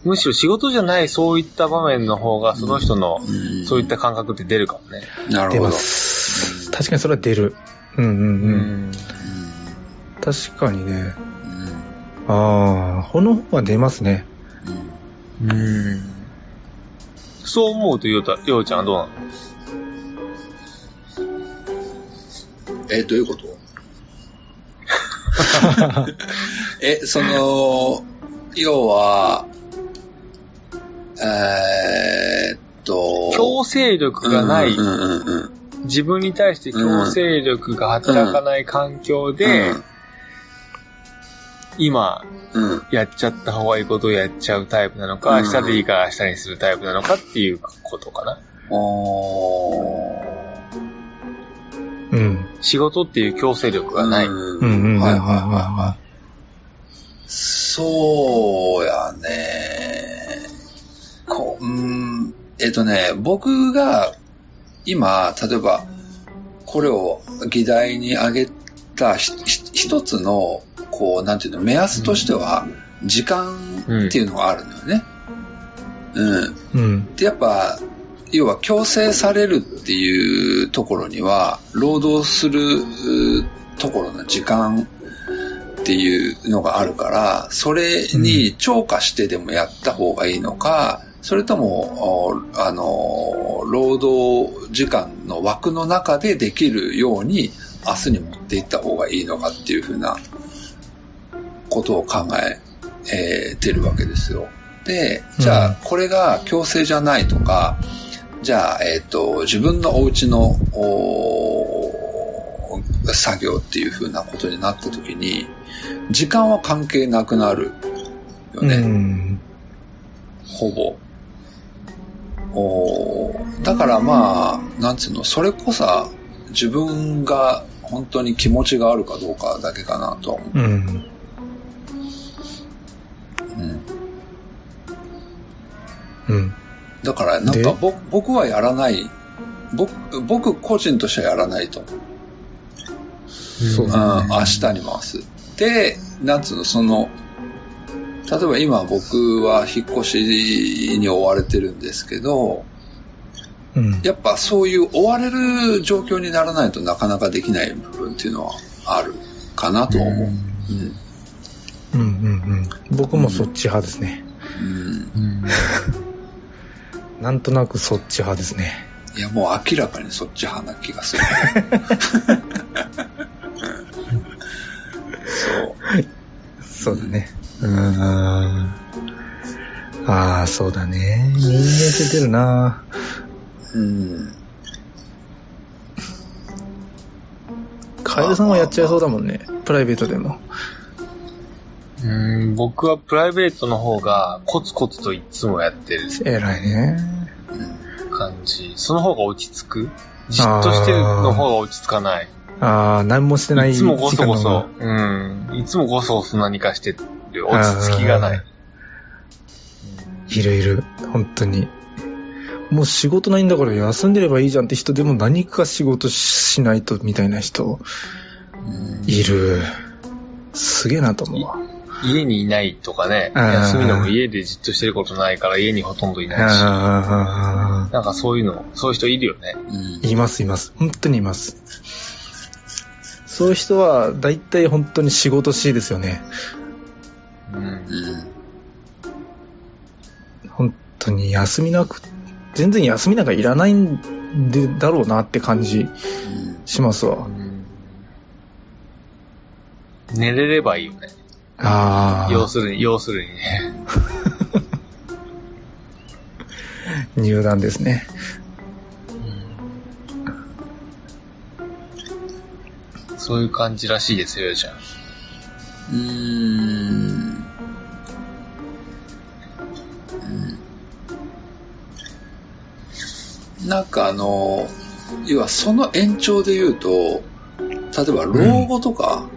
D: むしろ仕事じゃないそういった場面の方が、その人の、
B: うん
D: そういった感覚って出るかもね。
B: なる
C: 出
B: ほ
C: ま
B: ど。
C: す。確かにそれは出る。うんうんうん。確かにね。ああ、この方が出ますね。
D: うんそう思うと、ようたようちゃんはどうなの
B: え、どういう ことえ、その、要は、えーっと、
D: 強制力がない、
B: うんうんうんうん
D: 自分に対して強制力が働かない環境で、今、
B: うん、うん。
D: やっちゃった方がいいことをやっちゃうタイプなのか、
B: うん
D: 明日でいいから明日にするタイプなのかっていうことかな。
B: お
C: うん。
D: 仕事っていう強制力がない。
C: う
B: うん
C: うん。はいはい
B: い。
C: は
B: そうやね。こう、うん、えっとね、僕が今、例えば、これを議題に挙げたひひ一つの、こう、なんていうの、目安としては、時間っていうのがあるんだよね。うん。
C: いはい。うん。
B: でやっぱ要は強制されるっていうところには労働するうところの時間っていうのがあるからそれに超過してでもやった方がいいのか、それともおあの労働時間の枠の中でできるように明日に持っていった方がいいのかっていうふうなことを考ええーてるわけですよ。で、じゃあ、これが強制じゃないとか、じゃあ、えっ、と、自分のお家の、おー作業っていう風なことになった時に、時間は関係なくなるよね、
C: うん。
B: ほぼ。おーだからまあ、なんつうの、それこそ自分が本当に気持ちがあるかどうかだけかなとは思う。
C: うん。
B: うん
C: うん。
B: だから、なん
C: で
B: かぼ僕はやらない。僕、僕個人としてはやらないと思う。
C: そう
B: うん、
C: だね
B: 明日に回す。で、なんつうの、その、例えば今僕は引っ越しに追われてるんですけど、
C: うん。
B: やっぱそういう追われる状況にならないとなかなかできない部分っていうのはあるかなと思う。うん。
C: うんうんうん。僕もそっち派ですね。
B: うん。
C: なんとなくそっち派ですね。
B: いや、もう明らかにそっち派な気がする。そう。
C: そうだね。うーん。ああ、そうだね。人間性出るな
B: うん。
E: カエルさんはやっちゃいそうだもんね。プライベートでも。
D: うん僕はプライベートの方がコツコツといつもやってる
C: 偉いね。
D: 感じ。その方が落ち着く。じっとしてるの方が落ち着かない。
C: ああ、何もしてない
D: いつもご
C: 時
D: そご
C: 間の
D: そ
C: 方。
D: うん。いつもごそごそ何かしてる。落ち着きがな
C: あ
D: い。
C: がいるいる。本当に。もう仕事ないんだから休んでればいいじゃんって人でも何か仕事しないとみたいな人
B: うん
C: いる。すげえなと思うわ。
D: 家にいないとかね。
C: うん
D: 休みでも家でじっとしてることないから家にほとんどいないし。
C: ああ、
D: なんかそういうの、そういう人いるよね。
B: うん
C: いますいます。本当にいます。そういう人は大体本当に仕事しいですよね。
D: うん。
C: 本当に休みなく、全然休みなんかいらないんでだろうなって感じしますわ。
D: 寝れればいいよね。
C: あ
D: 要
C: あ、
D: するに、要するにね。
C: 入団ですね。
D: そういう感じらしいですよ、ようちゃん。
B: うーんうんなんかあの、要はその延長で言うと、例えば老後とか、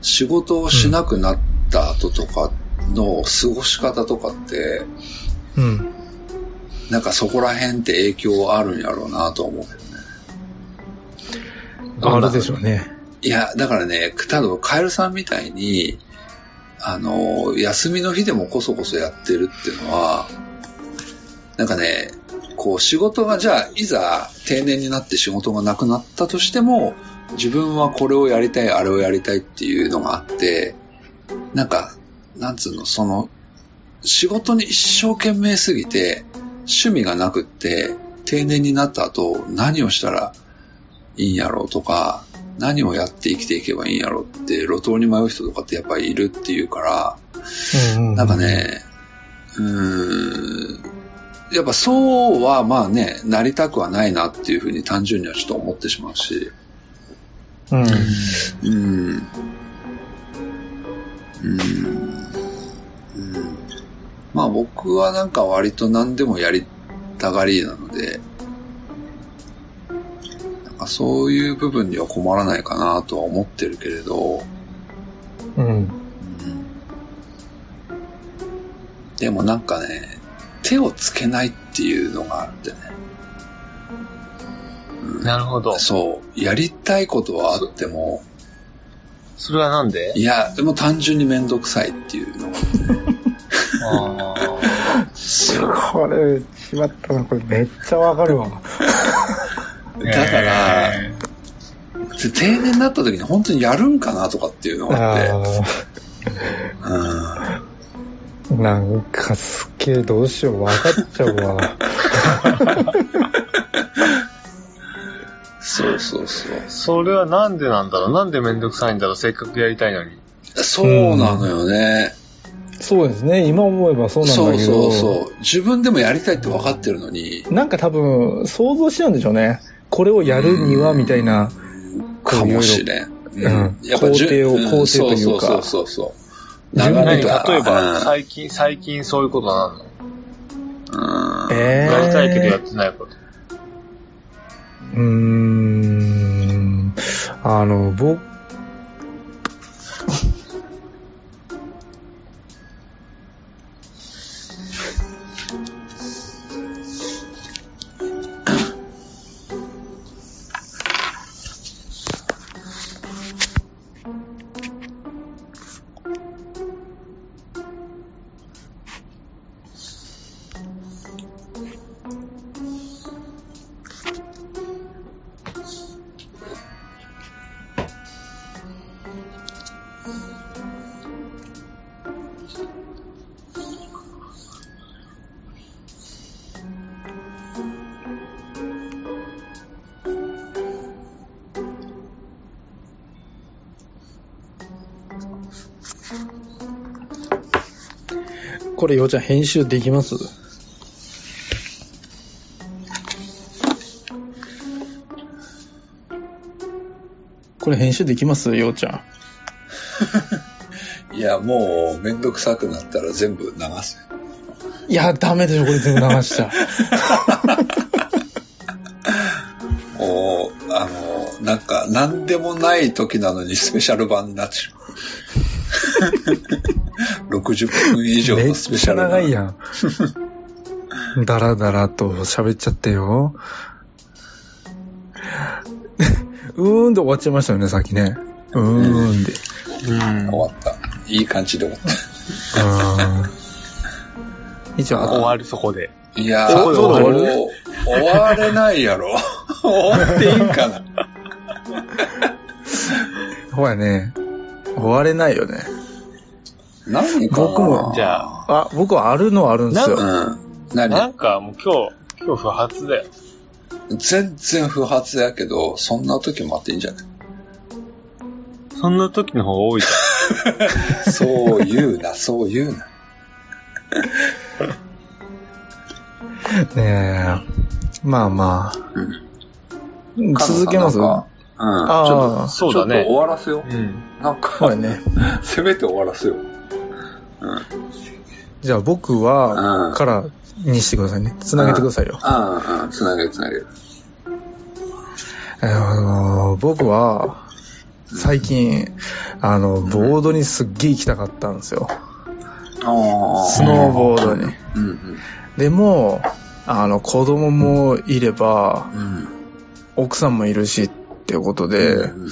B: 仕事をしなくなった後とかの過ごし方とかって、
C: うん。
B: なんかそこら辺って影響あるんやろうなと思うけどね。
C: あるでしょうね。
B: いや、だからね、多分カエルさんみたいに、あの、休みの日でもこそこそやってるっていうのは、なんかね、こう仕事がじゃあ、いざ定年になって仕事がなくなったとしても、自分はこれをやりたい、あれをやりたいっていうのがあって、なんか、なんつうの、その、仕事に一生懸命すぎて、趣味がなくって、定年になった後、何をしたらいいんやろうとか、何をやって生きていけばいいんやろって、路頭に迷う人とかってやっぱりいるっていうから、
C: うんうん
B: なんか。ね、うーん、やっぱそうはまあね、なりたくはないなっていうふうに単純にはちょっと思ってしまうし、
C: う
B: う
C: ん。
B: ん。うん。うん。まあ僕はなんか割と何でもやりたがりなので、なんかそういう部分には困らないかなとは思ってるけれど、
C: うん。
B: うんでもなんかね、手をつけないっていうのがあってね。
D: なるほど。
B: そう。やりたいことはあっても、
D: それはなんで
B: いや、でも単純にめんどくさいっていうのが
D: あ
C: これ、しまったな、これめっちゃわかるわ。
D: ー
B: だから、
D: え
B: で定年になった時に本当にやるんかなとかっていうのがあって、
C: あーなんかすっげえどうしよう、わかっちゃうわ。
B: うんそうそうそう。
D: ーそれはなんでなんだろうなんでめんどくさいんだろうせっかくやりたいのに。
B: そうなのよね。
C: そうですね、今思えばそうなんだ
B: そう
C: けど。
B: そうそう。自分でもやりたいって分かってるのに、
C: なんか多分、想像しちゃうんでしょうね。これをやるには、みたいな。こう
B: かもしれん。
C: いろいろうん
B: じゅ
C: 工程を工程というか
B: そうそうそうそう。
C: 自
B: 流
C: 分
B: れ
D: 何
B: が
D: 例えば、
B: うん
D: 最近、最近そういうことなの
B: うん
C: え
D: やりたいけどやってないこと。
C: うーん。あの、僕、
E: これ、ようちゃん編集できますこれ編集できますようちゃん。
B: いや、もう、めんどくさくなったら全部流す。
E: いや、ダメでしょ、これ全部流しちゃ。
B: もう、あの、なんか、なんでもない時なのにスペシャル版になってしま う。60分以上
C: め
B: の
C: っ
B: スペシ
C: ち
B: ャ
C: ゃ
B: ル版
C: 長いや ん。だらだらと喋っちゃってよ。 うーんで終わっちゃいましたよね、さっきね。うーんで。
D: うん
B: 終わった。いい感じで終わっ
C: あー一応、あ
D: 終
C: と
D: わる、そこで。
B: た。いやー、
D: そこで終わる
B: もう終われないやろ。 終わっていいんかな。
C: ほやね、終われないよね。
B: 何かな
C: 僕も
D: じゃあ
C: あ、僕はあるのはあるんですよ。
B: うん。
D: な
B: 何
D: んかもう今日、今日不発だよ。
B: 全然不発やけど、そんな時もあっていいんじゃない
D: そんな時の方が多いじ
B: そう言うな、そう言うな。
C: ねえ。まあまあ。
B: うん。
C: 続けま
B: カナさ
C: す
B: んなんかうん。ちょっと
C: あ
D: ゃん。
C: あ、
D: そうだ
B: ちょっ
D: ね
B: と。終わらせよ
D: うん。
B: う。なんか、
C: そうやね。
B: せめて終わらせよう。
C: じゃあ僕
B: う
C: は、
B: ん
C: からにしてくださいね。つなげてくださいよ。
B: うんうん、つなげるつなげる。
C: あのー僕は、最近、あの、ボードにすっげえ行きたかったんですよ。
B: あ
C: スノーボードに。
B: うんうん
C: でも、あの、子供もいれば、
B: うん。
C: 奥さんもいるしっていうことで、
B: うん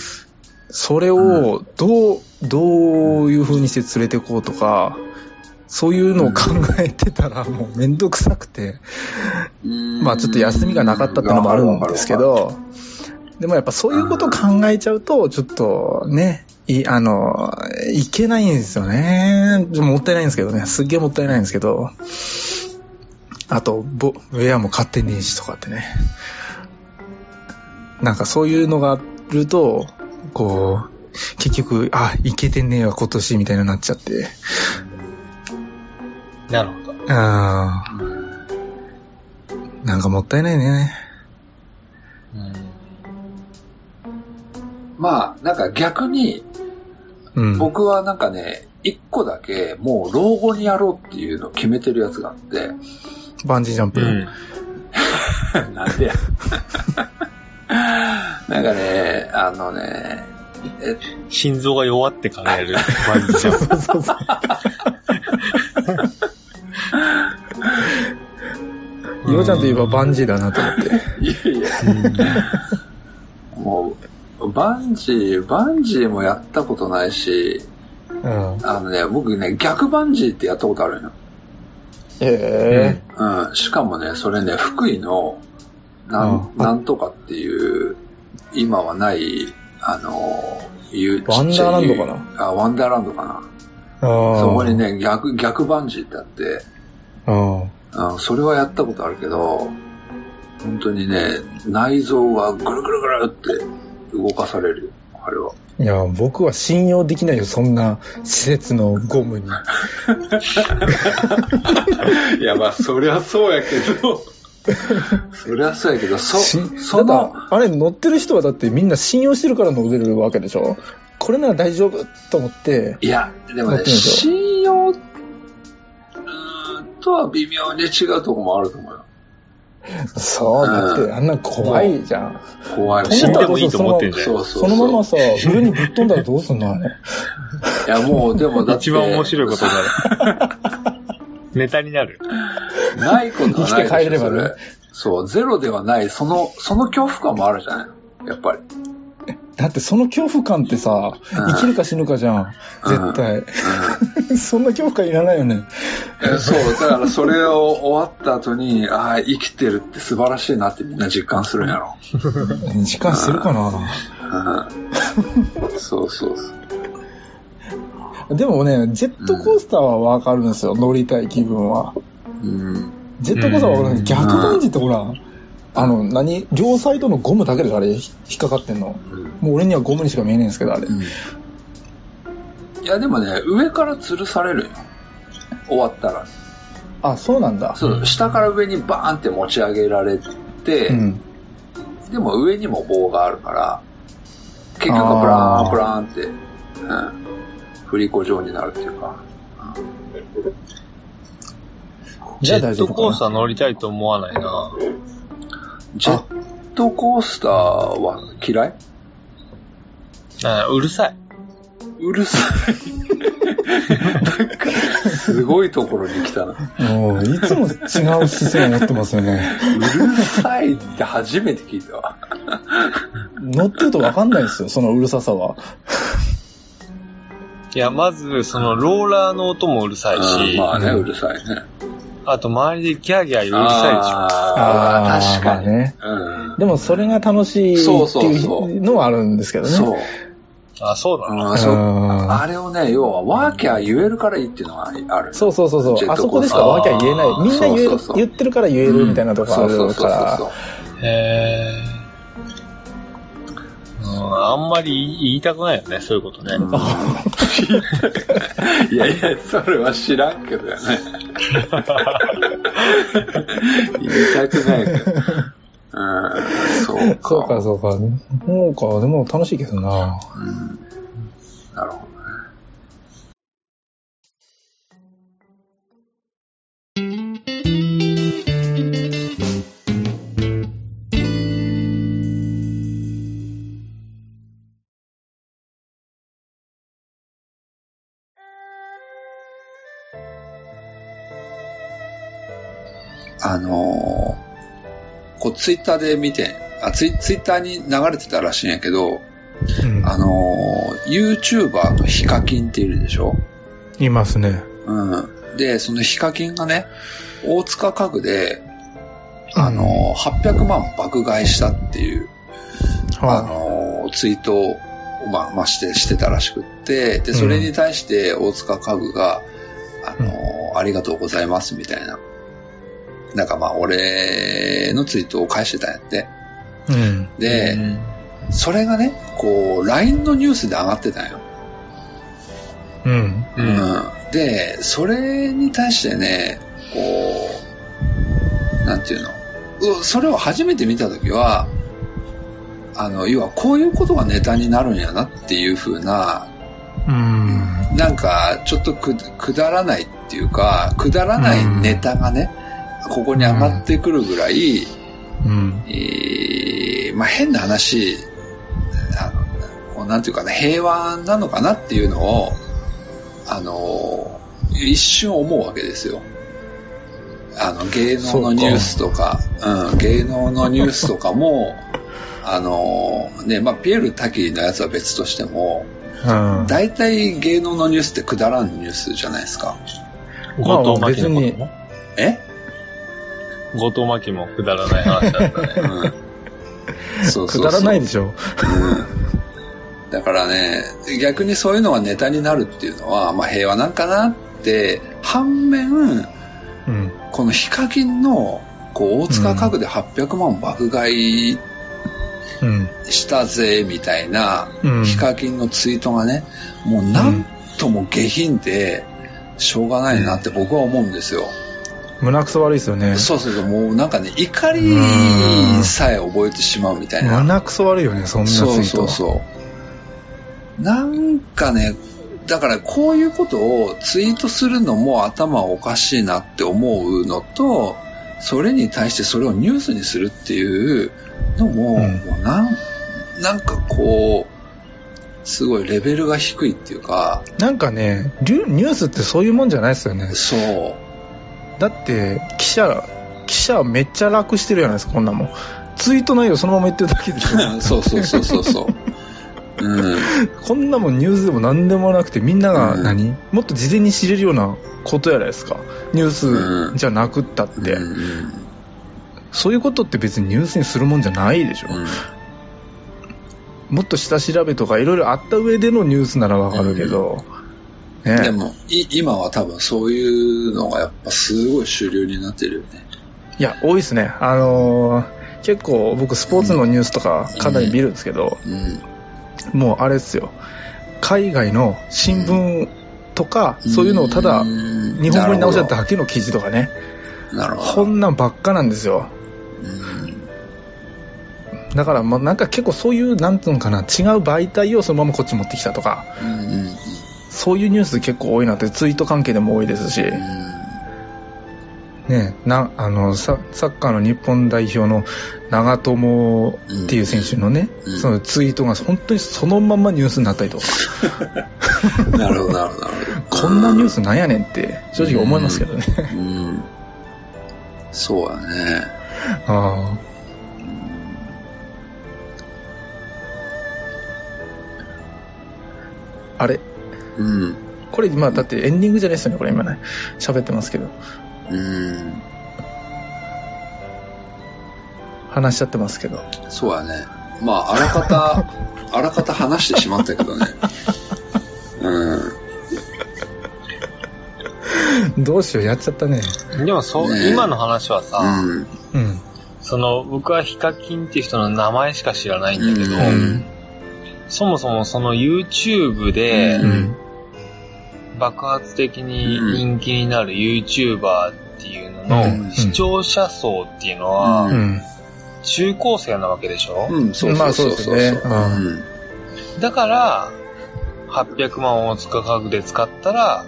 C: それをどう、どういう風にして連れてこうとか、そういうのを考えてたらもうめんどくさくて、
B: うん
C: まあちょっと休みがなかったってのもあるんですけ。ど、でもやっぱそういうことを考えちゃうと、ちょっとね、い、あの、いけないんですよね。もったいないんですけどね。すっげえもったいないんですけど。あと、ぼウェアも買ってねえしとかってね。なんかそういうのがあると、こう、結局、あ、いけてねえわ、今年、みたいになっちゃって。
D: なるほど。
C: あーなんかもったいないね。
B: まあ、なんか逆に、
C: うん。
B: 僕はなんかね、一個だけ、もう老後にやろうっていうのを決めてるやつがあって、
C: バンジージャンプ。
D: うん。
B: なんでや。なんかね、あのね、え
D: 心臓が弱って考えるバ ンジージャンプ。
C: 岩、ちゃんといえばバンジーだなと思って。
B: いやいや、もう、バンジー、バンジーもやったことないし、
C: うん。
B: あのね、僕ね、逆バンジーってやったことあるのよ。
C: ええ
B: うん。しかもね、それね、福井の、なん、
C: うん
B: なんとかっていう、今はない、あの、いうちっちゃい
C: ワンダーランドかな
B: あ、ワンダーランドかな。
C: ああ。
B: そこにね、逆、逆バンジーってあって、
C: うん。
B: うん、それはやったことあるけど、本当にね、内臓がぐるぐるぐるって動かされるよ、あれは。
C: いや、僕は信用できないよ、そんな施設のゴムに。
B: いや、まあ、そりゃそうやけど、 そりゃそうやけど、そ、
C: し
B: そ
C: だっ
B: の
C: て、あれ乗ってる人はだってみんな信用してるから乗れるわけでしょこれなら大丈夫と思って、
B: いや、でも
C: 乗っ
B: ね、
C: てみましょう
B: 信用、うーんとは微妙に違うとこもあると思うよ。
C: そう、だってあんな怖いじゃん。
B: 怖い
C: 死
D: 死
C: ん
D: ん
C: だ
D: で
C: らど
D: も
C: う
D: い
C: す
D: い
C: る
D: と思ってるね。
B: そうそう
C: そ
B: そう。
C: のままさ、上にぶっ飛んだらどうすんのあれ。
B: いや、もう、でもだって。
D: 一番面白いことに なる。ネタになる。
B: ないことはないでしょ
C: 生きて帰れればね
B: それそう、ゼロではない、その、その恐怖感もあるじゃないのやっぱり。
C: だってその恐怖感ってさ、生きるか死ぬかじゃん。絶対。 そんな恐怖感いらないよね。
B: え そう、だからそれを終わった後に、ああ、生きてるって素晴らしいなってみんな実感するんやろ。
C: 時間するかな。
B: うん、そうそうそう。
C: でもね、ジェットコースターはわかるんですよ、乗りたい気分は。
B: うん、
C: ジェットコースターはわかるんですけど
B: うん
C: 逆バンジーってほら、あの、何両サイドのゴムだけでしょあれ、ひ引っかかってんの。
B: うん
C: もう俺にはゴムにしか見えないんですけど、あれ。
B: いや、でもね、上から吊るされるよ。終わったら。
C: あ、そうなんだ。
B: そう、下から上にバーンって持ち上げられて、
C: うん。
B: でも上にも棒があるから、結局はブラーン、ブラーンって、うん、振り子状になるっていうか。
C: じ
D: ジ
C: ゃあ
D: ェ
C: 大
D: ッ
C: 丈
D: ト
C: 夫
D: コース
C: か
D: ター乗りたいと思わないな。
B: ジェットコースターは嫌い
D: あうるさい。
B: うるさい。なんか、すごいところに来たな。
C: な。もう、いつも違う姿勢を持ってますよね。
B: うるさいって初めて聞いたわ。
C: 乗ってるとわかんないですよ、そのうるささは。
D: いや、まず、その、ローラーの音もうるさい
B: うん
D: し、
B: まあね、
C: うん
B: うるさいね。うる
D: あと周りでギャーギャー言うるさいでしょ。
B: ああ、
C: ー
B: 確かに。
C: まあね。
B: うん
C: でも、それが楽しいって
B: そうそう
C: い
B: そう
C: うのはあるんですけどね。
B: そう。
D: あ、そうだな。
B: あそう
C: うん
B: あれをね、要は、ワーキャー言えるからいいっていうのがある。
C: そうそうそうそう。あそこでしか
D: わ
C: わ
D: け
C: け
D: は
C: は
D: 言
C: 言え
D: えな
C: ないい。
B: み
C: み
B: ん
C: ん
B: な
C: な
B: 言える言
C: 言ってるから言えるみたいなとこある
B: そうそうそう
C: か
B: そうそう
C: ら。。
D: へーうん、あんまり言いたくないよね、そういうことね。
B: いやいや、それは知らんけ どね。言いたくないけど。うん、そうか。
C: そうかそうか。そうか、でも楽しいけど
B: うん。
C: な。
B: なるほど。あのーこうツイッターで見てあツイ、ツイッターに流れてたらしいんやけど、
C: うん
B: あのー、YouTuber のヒカキンっているでしょ
C: いますね。
B: うん。で、そのヒカキンがね、大塚家具で、あのー、800万爆買いしたっていう、あ
C: は
B: のー、ツイートを、まあ、まあ、して、してたらしくって、で、それに対して大塚家具が、あのー、ありがとうございますみたいな。なんかまあ、俺のツイートを返してたんやって。
C: い。うん。
B: で、
D: うん
B: それがね、こう、LINE のニュースで上がってたんよ。
C: うん。
B: う
D: う
B: んで、それに対してね、こう、なんていうの、うそれを初めて見たときは、あの、要はこういうことがネタになるんやなっていう風な、
C: うん。
B: なんか、ちょっとくくだらないっていうか、くだらないネタがね、ここに上がってくるぐらい、
C: うん。
B: えーまあ変な話、あのこうなんていうかな、平和なのかなっていうのを、あの、一瞬思うわけですよ。あの、芸能のニュースとか、うん、芸能のニュースとかも、 あの、ね、まあ、ピエール滝のやつは別としても、
C: うん
B: 大体芸能のニュースってくだらんニュースじゃないですか。
D: ん。後藤真希のことも
B: え
D: 後藤真希もくだらない話だったね。
B: うん。そう
C: くだらないでしょ。
B: うんだからね、逆にそういうのがネタになるっていうのは、まあ平和なんかなって、反面、
C: うん。
B: このヒカキンの、こう、大塚家具で800万爆買い
C: うん。
B: したぜ、みたいな、
C: うん
B: ヒカキンのツイートがね、もうなんとも下品で、しょうがないなって僕は思うんですよ。
C: 胸くそ悪いですよね。
B: そうそうそう、もうなんかね、怒りさえ覚えてしまうみたいな。
C: 胸くそ悪いよね、そんなツイー
B: そ
C: ト。
B: うそうそう。なんかね、だからこういうことをツイートするのも頭おかしいなって思うのと、それに対してそれをニュースにするっていうのも、
C: うん
B: もうなんなんかこう、すごいレベルが低いっていうか、
C: なんかね、リュニュースってそういうもんじゃないですよね。
B: そう。
C: だって、記者、記者めっちゃ楽してるじゃないですか、こんなもん。ツイート内容そのまま言ってるだけでしょ。
B: そうそうそうそうそう。うん、
C: こんなもんニュースでも何でもなくて、みんなが
B: うん
C: 何、もっと事前に知れるようなことやないですか。ニュー
B: うん
C: スじゃなくったって。
B: うんうん
C: そういうことって別にニュースにするもんじゃないでしょ。
B: うん
C: もっと下調べとかいろいろあった上でのニュースならわかるけど、
B: で
C: ね。
B: も、い今は多分そういうのがやっぱすごい主流になってるよね。
C: いや、多いですね。あのー結構僕スポーツのニュースとかかなり見るんですけど、
B: うん。
C: もうあれですよ。海外の新聞とか、そういうのをただ日
B: 日
C: 本語に直せただけの記事とかね。
B: なるほ
C: こ
B: ど。
C: んなんばっかなんですよ。
B: うん
C: だからもうなんか結構そういう、なんつうのかな、違う媒体をそのままこっち持ってきたとか、
B: うんうんうん
C: そういうニュース結構多いなって、ツイート関係でも多いですし。ねえなあのササッカーの日本代表の長友っていう選手のね、
B: うん
C: そのツイートが本当にそのままニュースになったりとか、
B: うんなるほど、なるほど、なるほど。
C: こんなニュースなんやねんって正直思いますけどね。
B: うん。そうだね。
C: あーあれ
B: うん。
C: これ、まあ、だってエンディングじゃないですよね、これ今ね。喋ってますけど。
B: うん。
C: 話しちゃってますけど。
B: そうだね。まあ、あらかた、あらかた話してしまったけどね。うん。
C: どうしよう、やっちゃったね。
D: でもそう、
B: ねえ
D: 今の話はさ、
B: うん。
C: うん。
D: その、僕はヒカキンっていう人の名前しか知らないんだけど、
B: うん
D: そもそもその YouTube で
C: う、ん。
D: 爆発的に人気になる YouTuber っていうの
C: うん
D: の視聴者層っていうの
B: う
C: う
D: は、
C: ん。
D: 中高生なわけでしょ、
B: うん、そう
C: ま
B: そ
C: あ
B: う
C: そ
B: そうう
C: です
B: そう。
C: ね
B: うん
D: だから、800万を塚家具で使ったら、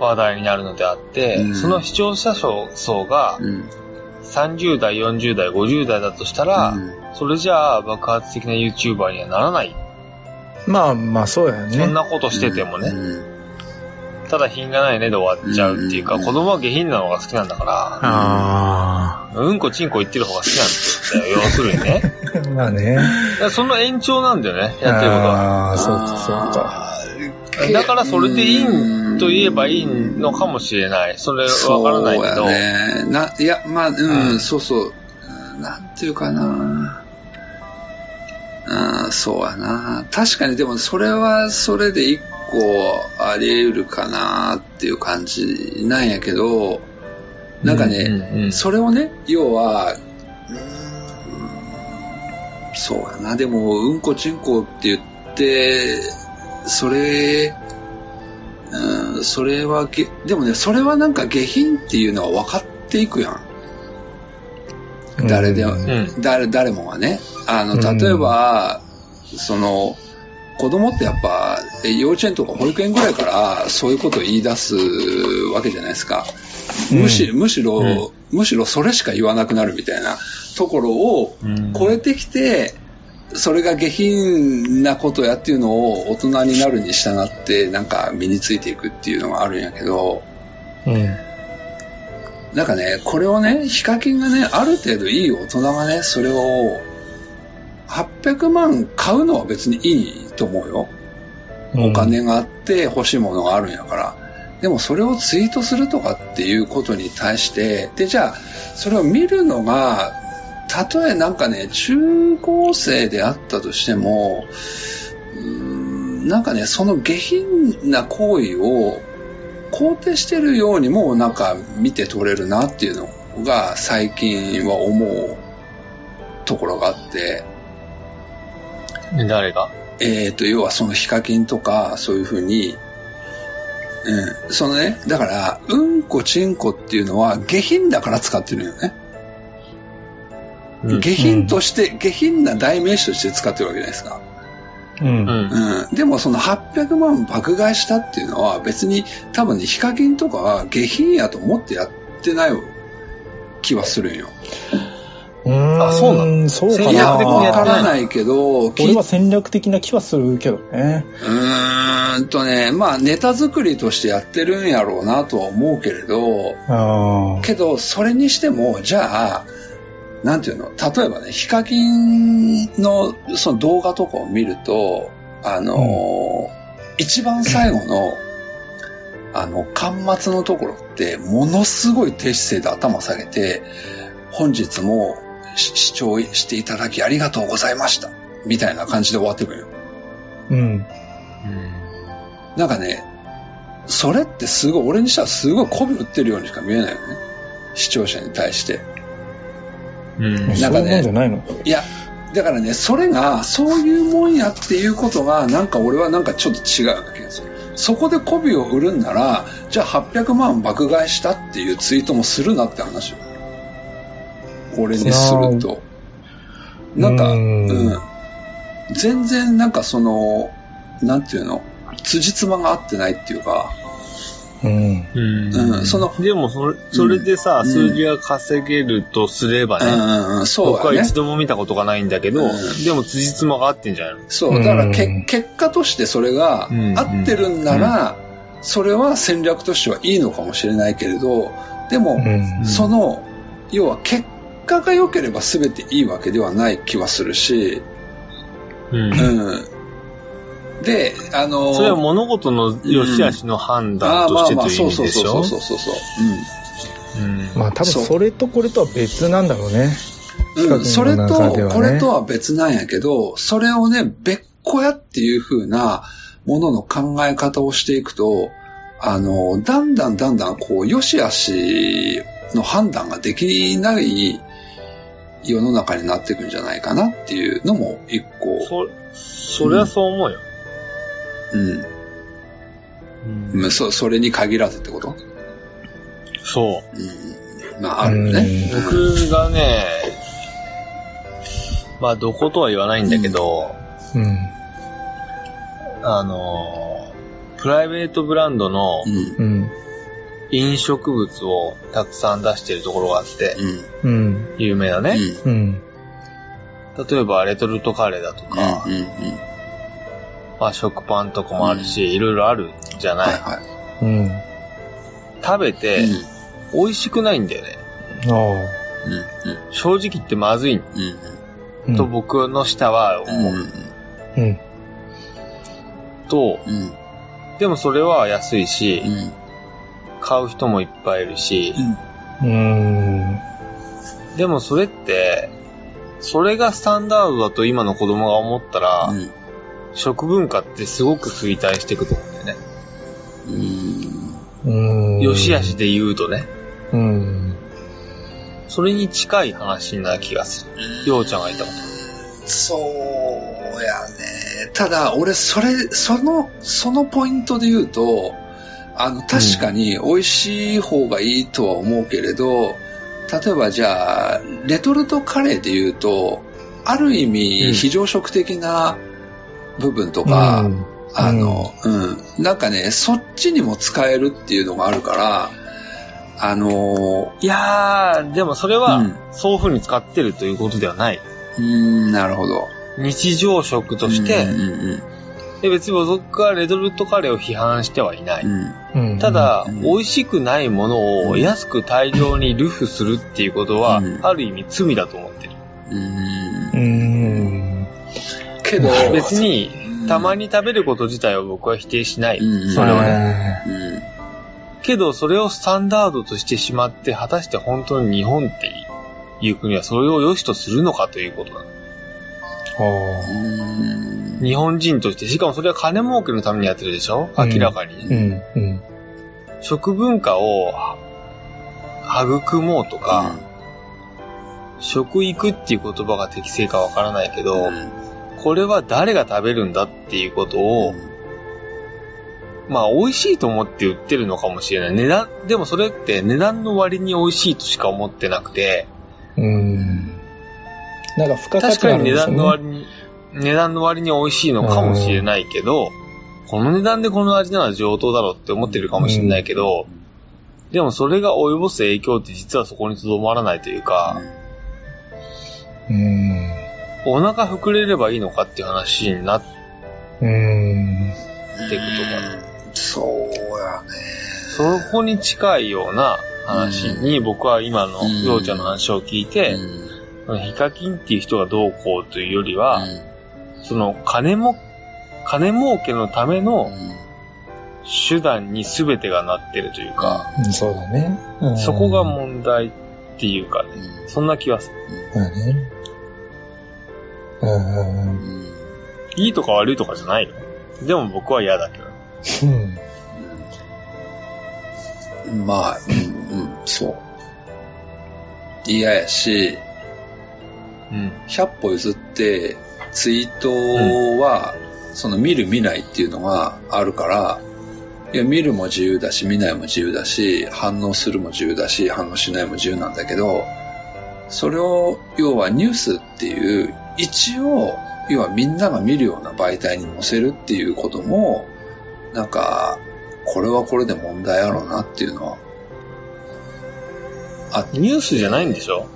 D: 話題になるのであって、
B: うん
D: その視聴者層が
B: うん。
D: 30代、40代、50代だとしたら、
B: うん
D: それじゃあ爆発的な YouTuber にはならない。
C: まあまあ、そうやね。
D: そんなことしててもね、
B: うん
D: ただ品がないねで終わっちゃうっていうか、
B: うん
D: 子供は下品なのが好きなんだか
C: あ
D: ら、うんこちんこ言ってる方が好きなんだよ、要するにね。 だ
C: あ。 まあね。
D: からその延長なんだよね、やってることは。
C: ああ、そうか、そうか。
B: ー
D: だからそれでいいんと言えばいいのかもしれない。それわからないけ
B: そ
D: ど
B: う。やね。な、いや、まあ、うん、
D: うん
B: そうそう。うんなんていうかな。うん、そうやな。確かに、でもそれはそれで一個あり得るかなっていう感じなんやけど、なんかね、
D: うんうん
B: それをね、要は、うんそうやな、でも、うんこちんこって言って、それ、うん、それはげ、でもね、それはなんか下品っていうのは分かっていくやん。誰でも
E: うん
D: うん。
B: 誰誰もがね。あの、
E: うん
B: 例えば、その、子供ってやっぱ、え幼稚園とか保育園ぐらいからそういうことを言い出すわけじゃないですか。むしむしろ、
D: うん
B: むしろそれしか言わなくなるみたいなところを
D: うん
B: 超えてきて、それが下品なことやっていうのを大人になるに従ってなんか身についていくっていうのがあるんやけど、
E: うん。
B: なんかね、これをね、ヒカキンがね、ある程度いい大人がね、それを800万買うのは別にいいと思うよ。お金があって欲しいものがあるんやから。でもそれをツイートするとかっていうことに対して、で、じゃあ、それを見るのが、たとえなんかね、中高生であったとしても、うーんなんかね、その下品な行為を肯定してるようにもなんか見て取れるなっていうのが最近は思うところがあって、
D: 誰が
B: えー、と、要はそのヒカキンとか、そういうふうに、うん、そのね、だから、うんこちんこっていうのは下品だから使ってるよね。
D: うん
B: 下品として、下品な代名詞として使ってるわけじゃないですか。
E: うん
D: う。ん。
B: うん、でもその800万爆買いしたっていうのは別に多分ね、ヒカキンとかは下品やと思ってやってない気はするんよ。
E: うん
D: あそうな
E: のそうか
D: 戦
B: いや、
D: 略的に
B: わ
D: やって
B: か
E: な。
B: らないけど、
E: 俺は戦略的な気はするけどね。
B: うーんとね、まあネタ作りとしてやってるんやろうなとは思うけれど、
E: あ
B: けど、それにしても、じゃあ、なんていうの、例えばね、ヒカキンのその動画とかを見ると、あのー一番最後の、あの、端末のところって、ものすごい低姿勢で頭下げて、本日もし視聴していただきありがとうございました。みたいな感じで終わってくるよ。
E: あ。うん。
B: なんかね、それってすごい、俺にしたらすごい媚び売ってるようにしか見えないよね。視聴者に対して。
D: うん。
E: そういうもんじゃないの
B: いや、だからね、それが、そういうもんやっていうことが、なんか俺はなんかちょっと違うような気がする。そこで媚びを売るんなら、じゃあ800万爆買いしたっていうツイートもするなって話よ俺にすると。なんか、
E: うー
B: うん
E: ん
B: 全然なんかその、なんていうの、辻褄が合ってないっていうか、
E: うん。
D: うん
B: うんその
D: でもそれ、それでさ、
B: うん
D: 数字が稼げるとすれば
B: う
D: ね、
B: んうん、そう
D: 僕は
B: だね
D: 一。度も見たことがないんだけど、
B: うん
D: でも辻褄が合ってんじゃないの
B: そう、だからけ、
E: うん
B: 結果としてそれが
D: うん
B: 合ってるんなら、それは戦略としてはいいのかもしれないけれど、でも、
E: うん
B: その、要は結果が良ければ全ていいわけではない気はするし、
D: うん
B: うん。で、あの、
D: それは物事の良し悪しの判
B: あ
D: 断
B: あ
D: と
B: ま
D: し
B: あ
D: て
B: まあ、
D: という意
B: そう
D: 味
B: そう
D: でし
B: そ
D: ょ
B: うそうそうそう。
E: まあ多分
B: そう
E: それとこれとは別なんだろうね。
B: うん。うん、
E: 企
B: そ
E: 画
B: れ
E: の
B: と、
E: 中ではね
B: これとは別なんやけど、それをね、別個やっていう風なものの考え方をしていくと、あの、だんだんだんだん、こう、良し悪しの判断ができない世の中になっていくんじゃないかなっていうのも一
D: うん
B: 個、
D: そ、そりゃそう思うよ。
B: うん。
D: う
B: うんんそそれに限らずってこと
D: そう。
B: うん。まあ、あるよね。
D: 僕がね、まあ、どことは言わないんだけど、
E: うん。
D: あの、プライベートブランドの
B: うん。
E: うん。
D: 飲食物をたくさん出してるところがあって、
B: うん。
E: うん。
D: 有名な
B: うん。
D: ね。
E: うん。
D: 例えば、レトルトカレーだと
B: うん。
D: か、
B: うん。うん。
D: まあ、食パンとかもあるし、いろいろあるじゃ
B: はい
D: ない。
B: は
E: うん。
D: 食べ
B: い。
D: て
B: うん。、
D: 美味しくないんだよね。
E: あ
B: う
D: 正直言ってまずい
B: ん。うん。
E: あ。
D: と僕の舌は
B: うん。
D: 思う
E: うん。
D: と、
B: うん。
D: でもそれは安いし
B: う、ん。
D: 買う人もいっぱいいるし、
E: うん。
D: でもそれって、それがスタンダードだと今の子供が思ったら、
B: うん
D: 食文化ってすごく衰退していくと思うんだよね。
B: うん。
E: うん。
D: 良し悪しで言うとね。
E: うん。
D: それに近い話な気がする。ようちゃんが言ったこと。
B: そうやね。ただ、俺、それ、その、そのポイントで言うと、あの、確かに美味しい方がいいとは思うけれど、例えばじゃあ、レトルトカレーで言うと、ある意
D: うん
B: 味、非常食的な部分とか、
E: うん
B: あの、うん。なんかね、そっちにも使えるっていうのがあるから、あの
D: いやー、でもそれは、
B: うん
D: そういう風に使ってるということではない。
B: うーん、なるほど。
D: 日常食として、
B: うんうん
D: で別に僕はレトルトカレーを批判してはいない。
B: うんうん
E: うん
D: た、だ、
B: うん
D: 美味しくないものを安く大量に流布するっていうことは、
B: うん
D: ある意味罪だと思ってる。
B: うん
E: うん。
B: けど、
D: 別に
B: う、ん
D: たまに食べること自体を僕は否定しない。
B: うん
D: それはね。
E: ね。
B: うん
D: けど、それをスタンダードとしてしまって、果たして本当に日本っていう国はそれを良しとするのかということなの
E: あ
B: うん
D: 日本人として、しかもそれは金儲けのためにやってるでしょ
E: うん
D: 明らか
E: あ。
D: に。
E: うん。うん。
D: 食文化を育もうとか、食育っていう言葉が適正かわからないけど、これは誰が食べるんだっていうことを、まあ美味しいと思って売ってるのかもしれない。値段、でもそれって値段の割に美味しいとしか思ってなくて、
E: うん。なんか付加価
D: 確
E: 値があ
D: かに
E: るん
D: 値
E: ですよ
D: 段の
E: ね。
D: 割に、値段の割に美味しいのかもしれないけど、この値段でこの味なら上等だろうって思ってるかもしれないけど、でもそれが及ぼす影響って実はそこにとどまらないというか、
E: うん。
D: お腹膨れればいいのかっていう話になって、
E: うん。
D: ってこ
B: うんそうやね。
D: そこに近いような話に僕は今の
B: うん
D: ようちゃんの話を聞いて、そのヒカキンっていう人がどうこうというよりは、その金も、金儲けのための手段に全てがなってるというか、
E: うんそうだね。うん
D: そこが問題っていうかね、そんな気はする。
E: そうだね。うん。
D: いいとか悪いとかじゃないよ。でも僕は嫌だけど。
E: うん
B: うんまあ、うん、うんそう。嫌やし、
D: うん。
B: 100歩譲って、ツイートは、その見る見ないっていうのがあるから、いや、見るも自由だし、見ないも自由だし、反応するも自由だし、反応しないも自由なんだけど、それを、要はニュースっていう、一応、要はみんなが見るような媒体に載せるっていうことも、なんか、これはこれで問題やろうなっていうのは、あ
D: ニュースじゃないんでしょ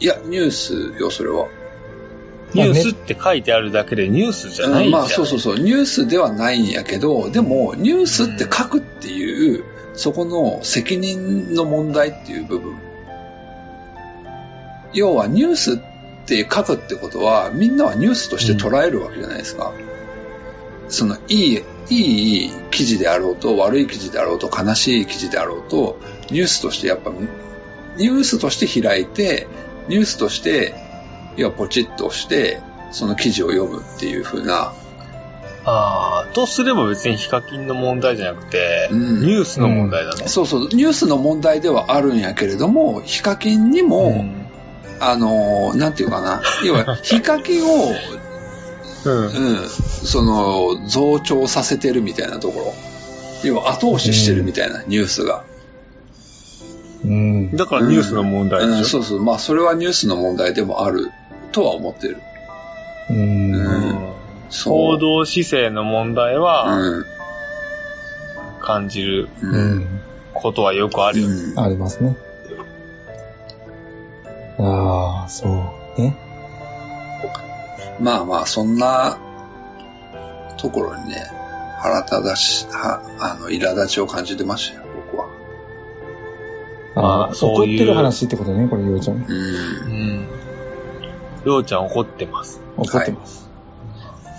B: いや、ニュースよ、それは。
D: ニュースって書いてあるだけでニュースじゃない
B: うん
D: じゃん。
B: まあそうそうそう、ニュースではないんやけど、でもニュースって書くっていう、そこの責任の問題っていう部分。要はニュースって書くってことは、みんなはニュースとして捉えるわけじゃないですか。そのいい、いい記事であろうと、悪い記事であろうと、悲しい記事であろうと、ニュースとしてやっぱ、ニュースとして開いて、ニュースとして、要はポチッと押して、その記事を読むっていう風な、
D: ああ、とすれば別にヒカキンの問題じゃなくて、
B: うん
D: ニュースの問題だね。
B: そうそう、ニュースの問題ではあるんやけれども、ヒカキンにも、
D: うん。
B: あのー、なんていうかな、要 は、ヒカキンを、
D: うん
B: うん、その、増長させてるみたいなところ。要は、後押ししてるみたいな、ニュースが。
E: うん。
D: だからニュースの問題
B: う
D: で
B: ん、
D: しょ、
B: そうそう、まあ、それはニュースの問題でもある、とは思ってる。
E: う。
B: うんん。
D: 行動姿勢の問題は
B: うん。
D: 感じる
E: う
B: うん。
E: ん。
D: ことはよくあるよね。
E: ありますね。ああ、そう。ね。
B: まあまあ、そんなところにね、腹立たし、は、あの、苛立ちを感じてましたよ、僕は。
D: まあ
E: あー
D: そうい
E: 怒
D: う
E: ってる話ってことね、これ、ようちゃん。
B: うん。
D: うん。ようちゃん怒ってます。
E: 怒ってます。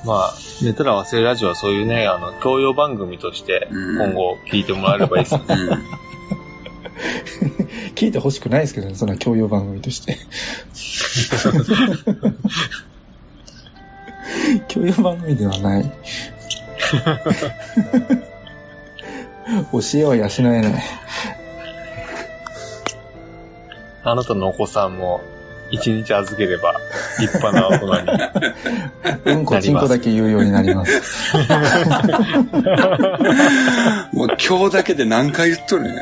D: まあ、寝たら忘れるラジオはそういうね、あの、教養番組として
B: うん
D: 今後聞いてもらえればい いですね。
B: うん
E: 聞いてほしくないですけどね、そんな教養番組として。教養番組ではない。教えは養えない。
D: あなたのお子さんも一日預ければ立派な大人 に。
C: うんこ、ちんこだけ言うようになります。
B: もう今日だけで何回言っとるんや。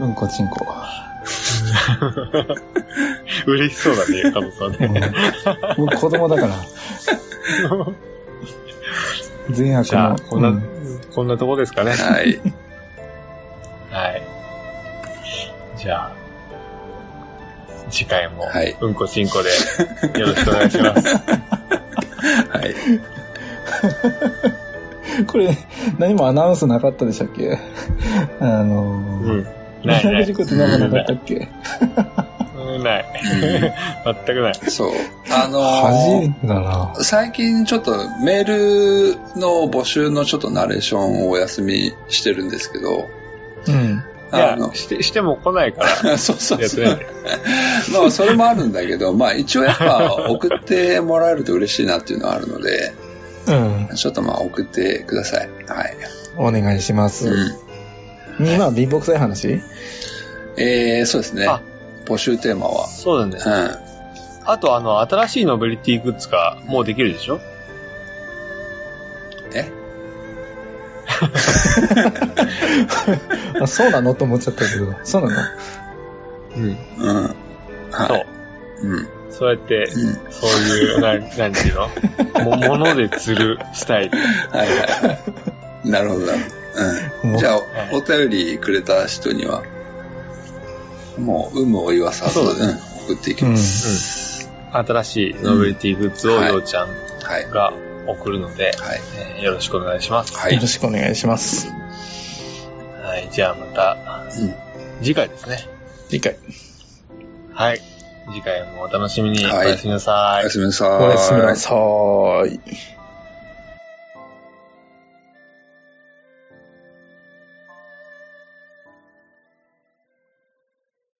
C: うんこ、ちんこ。
D: 嬉しそうだね、加藤さん
C: うん
D: ね。
C: 僕、子供だから。善悪
D: じゃ
C: の
D: あ、こんな、
C: うん
D: こんなとこですかね。
B: はい。
D: はい。じゃあ、次回も
B: はい、
D: うんこちんこで、よろしくお願いし ます。
B: はい。
C: これ、何もアナウンスなかったでしたっけあの
D: う
C: ー、
D: ん。ないな
C: 流 し
D: い。
C: ことなんかなかったっけ
D: うん、ない。全くない。
B: そう。あのー
C: 初めてだな。
B: 最近ちょっとメールの募集のちょっとナレーションをお休みしてるんですけど、
C: うん。
D: いや
B: あ、の、
D: して、しても来ないから、
B: そうそう
D: やって
B: そ
D: な
B: う
D: い。。
B: まあ、それもあるんだけど、まあ、一応やっぱ送ってもらえると嬉しいなっていうのはあるので、
C: うん。
B: ちょっとまあ送ってください。はい。
C: お願いします。
B: う
C: 今、貧乏くさい話
B: ん。えー、そうですね
D: あ。
B: 募集テーマは。
D: そうなんです。
B: う
D: あと、あの、新しいノベリティグッズがもうできるでしょ
B: ん。え
C: あそうなのと思っちゃったけど。そうなの
D: うん。
B: うん。
D: そ
B: は
D: う
B: い。。うん。
D: そうやって、
B: うん。
D: そういう、な、なんていう のも、もので釣るスタイル。
B: はいはいはい。なるほどなるほど。うん。
C: もう
B: じゃあ、
D: い
B: お便りくれた人には、もう、有無を言わさず、
D: そうだ
B: うん送っていきます。
D: 新しいノベリティグッズを
B: はい
D: ようちゃん
B: はい。は
D: が送るので、
B: い。
D: えーよろしくお願いします。
B: は
C: よ
B: い
C: ろ。しくお願いします。
D: はい、じゃあまた
B: うん
D: 次回ですね。
C: 次回。
D: はい。次回もお楽しみに。
B: はい
D: おやすみなさ
B: お
D: い
B: や。すみなさい。
C: おやすみなさーい。